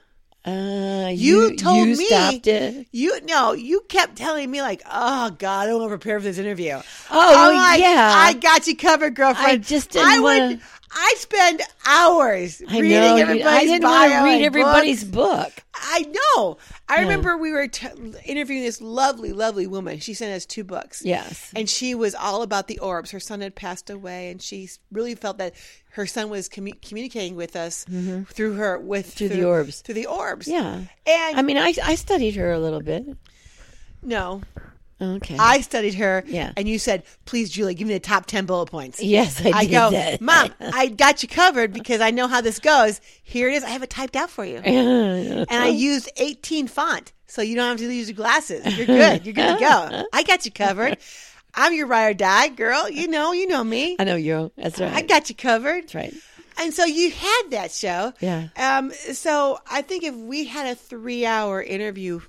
Speaker 2: uh,
Speaker 1: You, told
Speaker 2: you
Speaker 1: me
Speaker 2: stopped it.
Speaker 1: You no, you kept telling me like, "Oh God, I don't want to prepare for this interview." Oh
Speaker 2: well, yeah.
Speaker 1: I got you covered, girlfriend.
Speaker 2: I just didn't wanna-
Speaker 1: I spend hours
Speaker 2: I
Speaker 1: reading
Speaker 2: know. you-
Speaker 1: everybody's
Speaker 2: I didn't
Speaker 1: bio
Speaker 2: want to read
Speaker 1: and
Speaker 2: everybody's
Speaker 1: books.
Speaker 2: book.
Speaker 1: I know.
Speaker 2: Hmm.
Speaker 1: I remember we were t- interviewing this lovely, lovely woman. She sent us two books.
Speaker 2: Yes.
Speaker 1: And she was all about the orbs. Her son had passed away, and she really felt that her son was commu- communicating with us through her, with
Speaker 2: Mm-hmm. Through the orbs.
Speaker 1: through the orbs.
Speaker 2: Yeah.
Speaker 1: And
Speaker 2: I mean, I, I studied her a little bit.
Speaker 1: no,
Speaker 2: Okay.
Speaker 1: I studied her.
Speaker 2: Yeah.
Speaker 1: And you said, please, Julie, give me the top 10 bullet points.
Speaker 2: yes, I,
Speaker 1: I
Speaker 2: did
Speaker 1: go,
Speaker 2: that.
Speaker 1: Mom, I got you covered because I know how this goes. Here it is. I have it typed out for you. And I used 18 font. So you don't have to use your glasses. You're good. You're good to go. I got you covered. I'm your ride or die girl. You know, you know me.
Speaker 2: I know you. That's right.
Speaker 1: I got you covered.
Speaker 2: That's right.
Speaker 1: And so you had that show.
Speaker 2: Yeah.
Speaker 1: Um, so I think if we had a three hour interview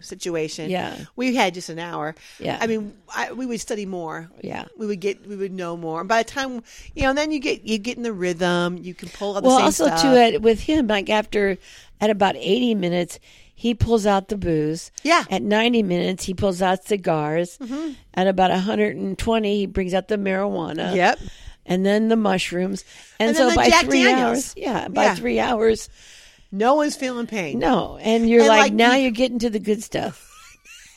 Speaker 1: situation.
Speaker 2: Yeah.
Speaker 1: we had just an hour.
Speaker 2: Yeah.
Speaker 1: I mean, I, we would study more.
Speaker 2: Yeah.
Speaker 1: we would get we would know more. And by the time you know, then you get you get in the rhythm. You can pull out the
Speaker 2: well,
Speaker 1: same
Speaker 2: also
Speaker 1: stuff.
Speaker 2: too, at, with him, like after at about eighty minutes, he pulls out the booze.
Speaker 1: Yeah. Mm-hmm.
Speaker 2: At ninety minutes, he pulls out cigars. At about hundred and twenty, he brings out the marijuana.
Speaker 1: Yep.
Speaker 2: And then the mushrooms. And,
Speaker 1: And
Speaker 2: so
Speaker 1: then the
Speaker 2: by
Speaker 1: Jack
Speaker 2: three
Speaker 1: Daniels.
Speaker 2: hours, yeah, by
Speaker 1: Yeah.
Speaker 2: three hours,
Speaker 1: No one's feeling pain.
Speaker 2: no, and you're
Speaker 1: And,
Speaker 2: like,
Speaker 1: like,
Speaker 2: now
Speaker 1: you-
Speaker 2: you're getting to the good stuff.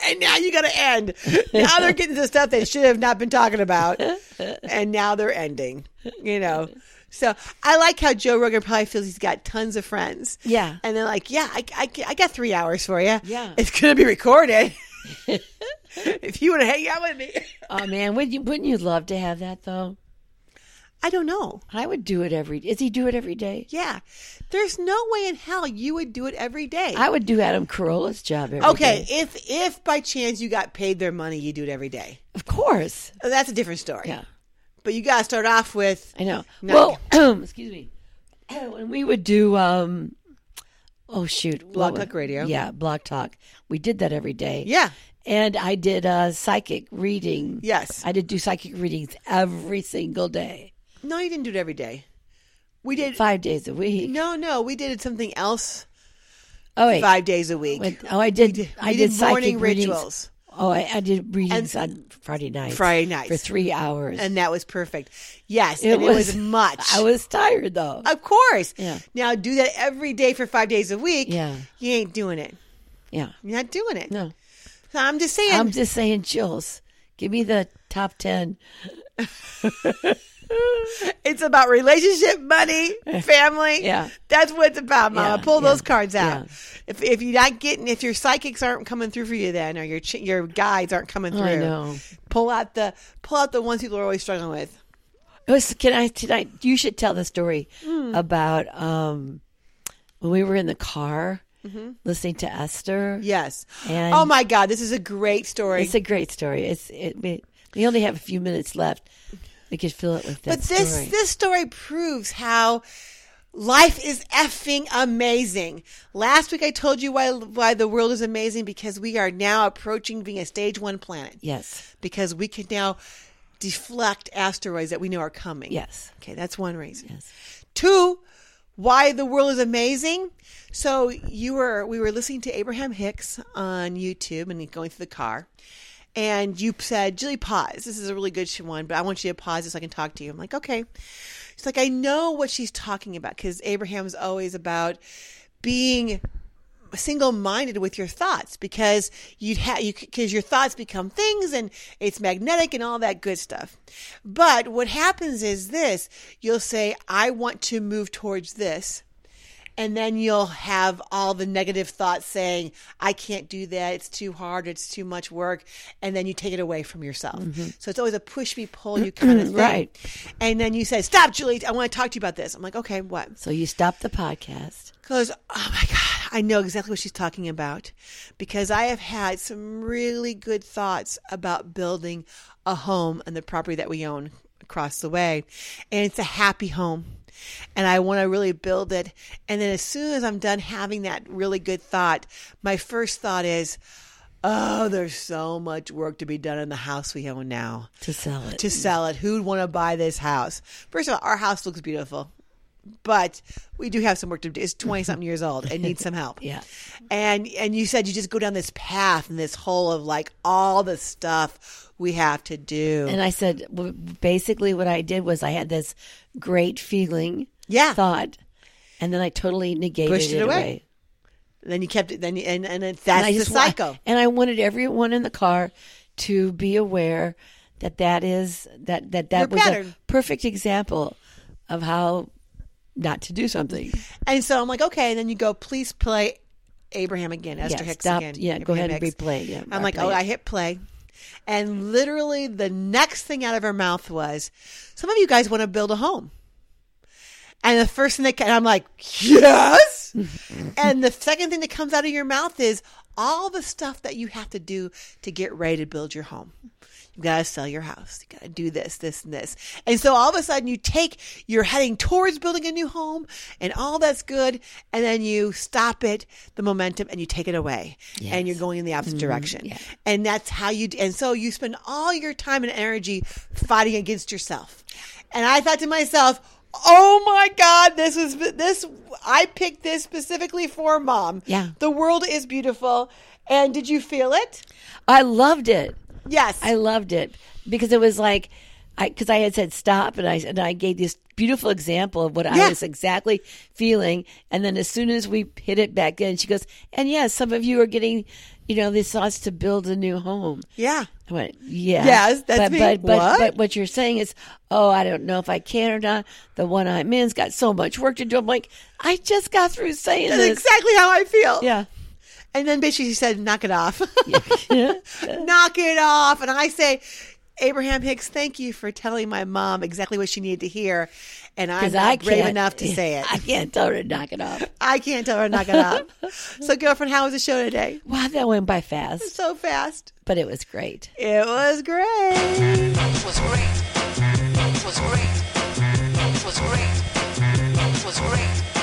Speaker 1: and now you got to end. Now they're getting to stuff they should have not been talking about, and now they're ending. You know, so I like how Joe Rogan probably feels he's got tons of friends.
Speaker 2: Yeah.
Speaker 1: and they're like, "Yeah, I, I, I got three hours for you.
Speaker 2: Yeah.
Speaker 1: it's gonna be recorded. if you want to hang out with me,
Speaker 2: Oh man, would you wouldn't you love to have that though?
Speaker 1: I don't know.
Speaker 2: I would do it every. Is he do it every day?
Speaker 1: Yeah, there's no way in hell you would do it every day.
Speaker 2: I would do Adam Carolla's job every day.
Speaker 1: okay, if if by chance you got paid their money, you do it every day.
Speaker 2: of course.
Speaker 1: That's a different story.
Speaker 2: Yeah.
Speaker 1: But you got to start off with
Speaker 2: I know.
Speaker 1: No.
Speaker 2: Well, excuse me. When we would do, um, oh shoot,
Speaker 1: Blog
Speaker 2: What
Speaker 1: Talk
Speaker 2: wa-
Speaker 1: Radio.
Speaker 2: Yeah, blog talk. We did that every day.
Speaker 1: yeah.
Speaker 2: And I did uh, psychic reading.
Speaker 1: Yes.
Speaker 2: I did do psychic readings every single day,
Speaker 1: No, you didn't do it every day. We did.
Speaker 2: five days a week.
Speaker 1: No, no, we did something else
Speaker 2: oh wait.
Speaker 1: five days a week.
Speaker 2: Wait, oh, I did. I
Speaker 1: we
Speaker 2: did,
Speaker 1: did
Speaker 2: psychic
Speaker 1: morning
Speaker 2: readings.
Speaker 1: rituals.
Speaker 2: Oh, I, I did readings on Friday nights.
Speaker 1: Friday nights.
Speaker 2: for three hours,
Speaker 1: and that was perfect. Yes,
Speaker 2: It
Speaker 1: and it was
Speaker 2: was-
Speaker 1: much.
Speaker 2: I was tired though.
Speaker 1: of course.
Speaker 2: Yeah.
Speaker 1: Now do that every day for five days a week.
Speaker 2: Yeah.
Speaker 1: You ain't doing it.
Speaker 2: yeah.
Speaker 1: You're not doing it.
Speaker 2: No.
Speaker 1: So I'm just saying.
Speaker 2: I'm just saying, Jules, give me the top 10.
Speaker 1: It's about relationship, money, family.
Speaker 2: Yeah.
Speaker 1: That's what it's about, Mama.
Speaker 2: Yeah,
Speaker 1: Pull
Speaker 2: yeah,
Speaker 1: those cards out.
Speaker 2: yeah.
Speaker 1: If if you're not getting, if your psychics aren't coming through for you, then or your ch- your guides aren't coming through,
Speaker 2: I know.
Speaker 1: pull out the pull out the ones people are always struggling with.
Speaker 2: It was, can I, tonight, you should tell the story
Speaker 1: Hmm.
Speaker 2: about um, when we were in the car
Speaker 1: Mm-hmm.
Speaker 2: listening to Esther.
Speaker 1: Yes.
Speaker 2: And-
Speaker 1: oh my God, this is a great story.
Speaker 2: It's a great story. It's it, we, we only have a few minutes left. We could fill it with that
Speaker 1: but this
Speaker 2: story.
Speaker 1: this story proves how life is effing amazing. Last week I told you why why the world is amazing because we are now approaching being a stage one planet.
Speaker 2: yes.
Speaker 1: because we can now deflect asteroids that we know are coming.
Speaker 2: Yes.
Speaker 1: Okay, that's one reason.
Speaker 2: Yes.
Speaker 1: Two, why the world is amazing. So you were we were listening to Abraham Hicks on YouTube and going through the car. And you said, Julie, pause. This is a really good sh- one, but I want you to pause this so I can talk to you. I'm like, okay. She's like, I know what she's talking about because Abraham is always about being single minded with your thoughts because you'd have you because your thoughts become things and it's magnetic and all that good stuff. But what happens is this you'll say, I want to move towards this. And then you'll have all the negative thoughts saying, I can't do that. It's too hard. It's too much work. And then you take it away from yourself. So it's always a push me, pull you kind of thing.
Speaker 2: Right.
Speaker 1: And then you say, Stop, Julie. I want to talk to you about this. I'm like, Okay, what?
Speaker 2: So you stop the podcast.
Speaker 1: goes, Oh my God, I know exactly what she's talking about because I have had some really good thoughts about building a home on the property that we own across the way. And it's a happy home. And I want to really build it. And then as soon as I'm done having that really good thought, my first thought is, Oh, there's so much work to be done in the house we own now
Speaker 2: To sell it.
Speaker 1: to sell it. Who'd want to buy this house? First of all, our house looks beautiful, but we do have some work to do. It's twenty something years old and needs some help.
Speaker 2: Yeah.
Speaker 1: and and you said you just go down this path and this hole of like all the stuff we have to do.
Speaker 2: And I said, well, basically, what I did was I had this great feeling,
Speaker 1: Yeah.
Speaker 2: thought, and then I totally negated
Speaker 1: Pushed it away.
Speaker 2: away.
Speaker 1: then you kept it. Then you, and and it-
Speaker 2: And
Speaker 1: that's
Speaker 2: I
Speaker 1: the
Speaker 2: just wa-
Speaker 1: cycle.
Speaker 2: and I wanted everyone in the car to be aware that that is that that that
Speaker 1: Your
Speaker 2: was
Speaker 1: pattern.
Speaker 2: a perfect example of how not to do something.
Speaker 1: And so I'm like, okay. And then you go, please play Abraham again, Esther
Speaker 2: Yeah,
Speaker 1: Hicks
Speaker 2: stop-
Speaker 1: again.
Speaker 2: yeah, go
Speaker 1: Abraham
Speaker 2: ahead and replay, yeah,
Speaker 1: I'm like,
Speaker 2: replay
Speaker 1: oh,
Speaker 2: it.
Speaker 1: I hit play. And literally the next thing out of her mouth was, some of you guys want to build a home. And the first thing that ca- and I'm like, yes. and the second thing that comes out of your mouth is all the stuff that you have to do to get ready to build your home. You gotta sell your house. You gotta do this, this, and this. And so all of a sudden you take, you're heading towards building a new home and all that's good. And then you stop it, the momentum, and you take it away. And you're going in the opposite direction. And that's how you, d- and so you spend all your time and energy fighting against yourself. And I thought to myself, Oh my God, this was this. I picked this specifically for mom.
Speaker 2: Yeah.
Speaker 1: The world is beautiful. And did you feel it?
Speaker 2: I loved it.
Speaker 1: Yes.
Speaker 2: I loved it because it was like, I because I had said stop, and I and I gave this beautiful example of what
Speaker 1: Yeah.
Speaker 2: I was exactly feeling, and then as soon as we hit it back in, she goes, and yes, some of you are getting, you know, these thoughts to build a new home.
Speaker 1: yeah.
Speaker 2: I went, yeah,
Speaker 1: Yes, that's
Speaker 2: but,
Speaker 1: me.
Speaker 2: But, but,
Speaker 1: What?
Speaker 2: but what you're saying is, oh, I don't know if I can or not. The one I'm in's got so much work to do. I'm like, I just got through saying
Speaker 1: That's
Speaker 2: this.
Speaker 1: exactly how I feel.
Speaker 2: Yeah,
Speaker 1: And then basically she said, knock it off. knock it off. And I say, Abraham Hicks, thank you for telling my mom exactly what she needed to hear. And I'm
Speaker 2: because
Speaker 1: not
Speaker 2: I
Speaker 1: brave
Speaker 2: can't
Speaker 1: enough to say it.
Speaker 2: I can't tell her to knock it off.
Speaker 1: I can't tell her to knock it off. so, girlfriend, how was the show today?
Speaker 2: Wow, that went by fast,
Speaker 1: So fast.
Speaker 2: but it was great.
Speaker 1: It was great.
Speaker 3: was great. was great. was great. was great.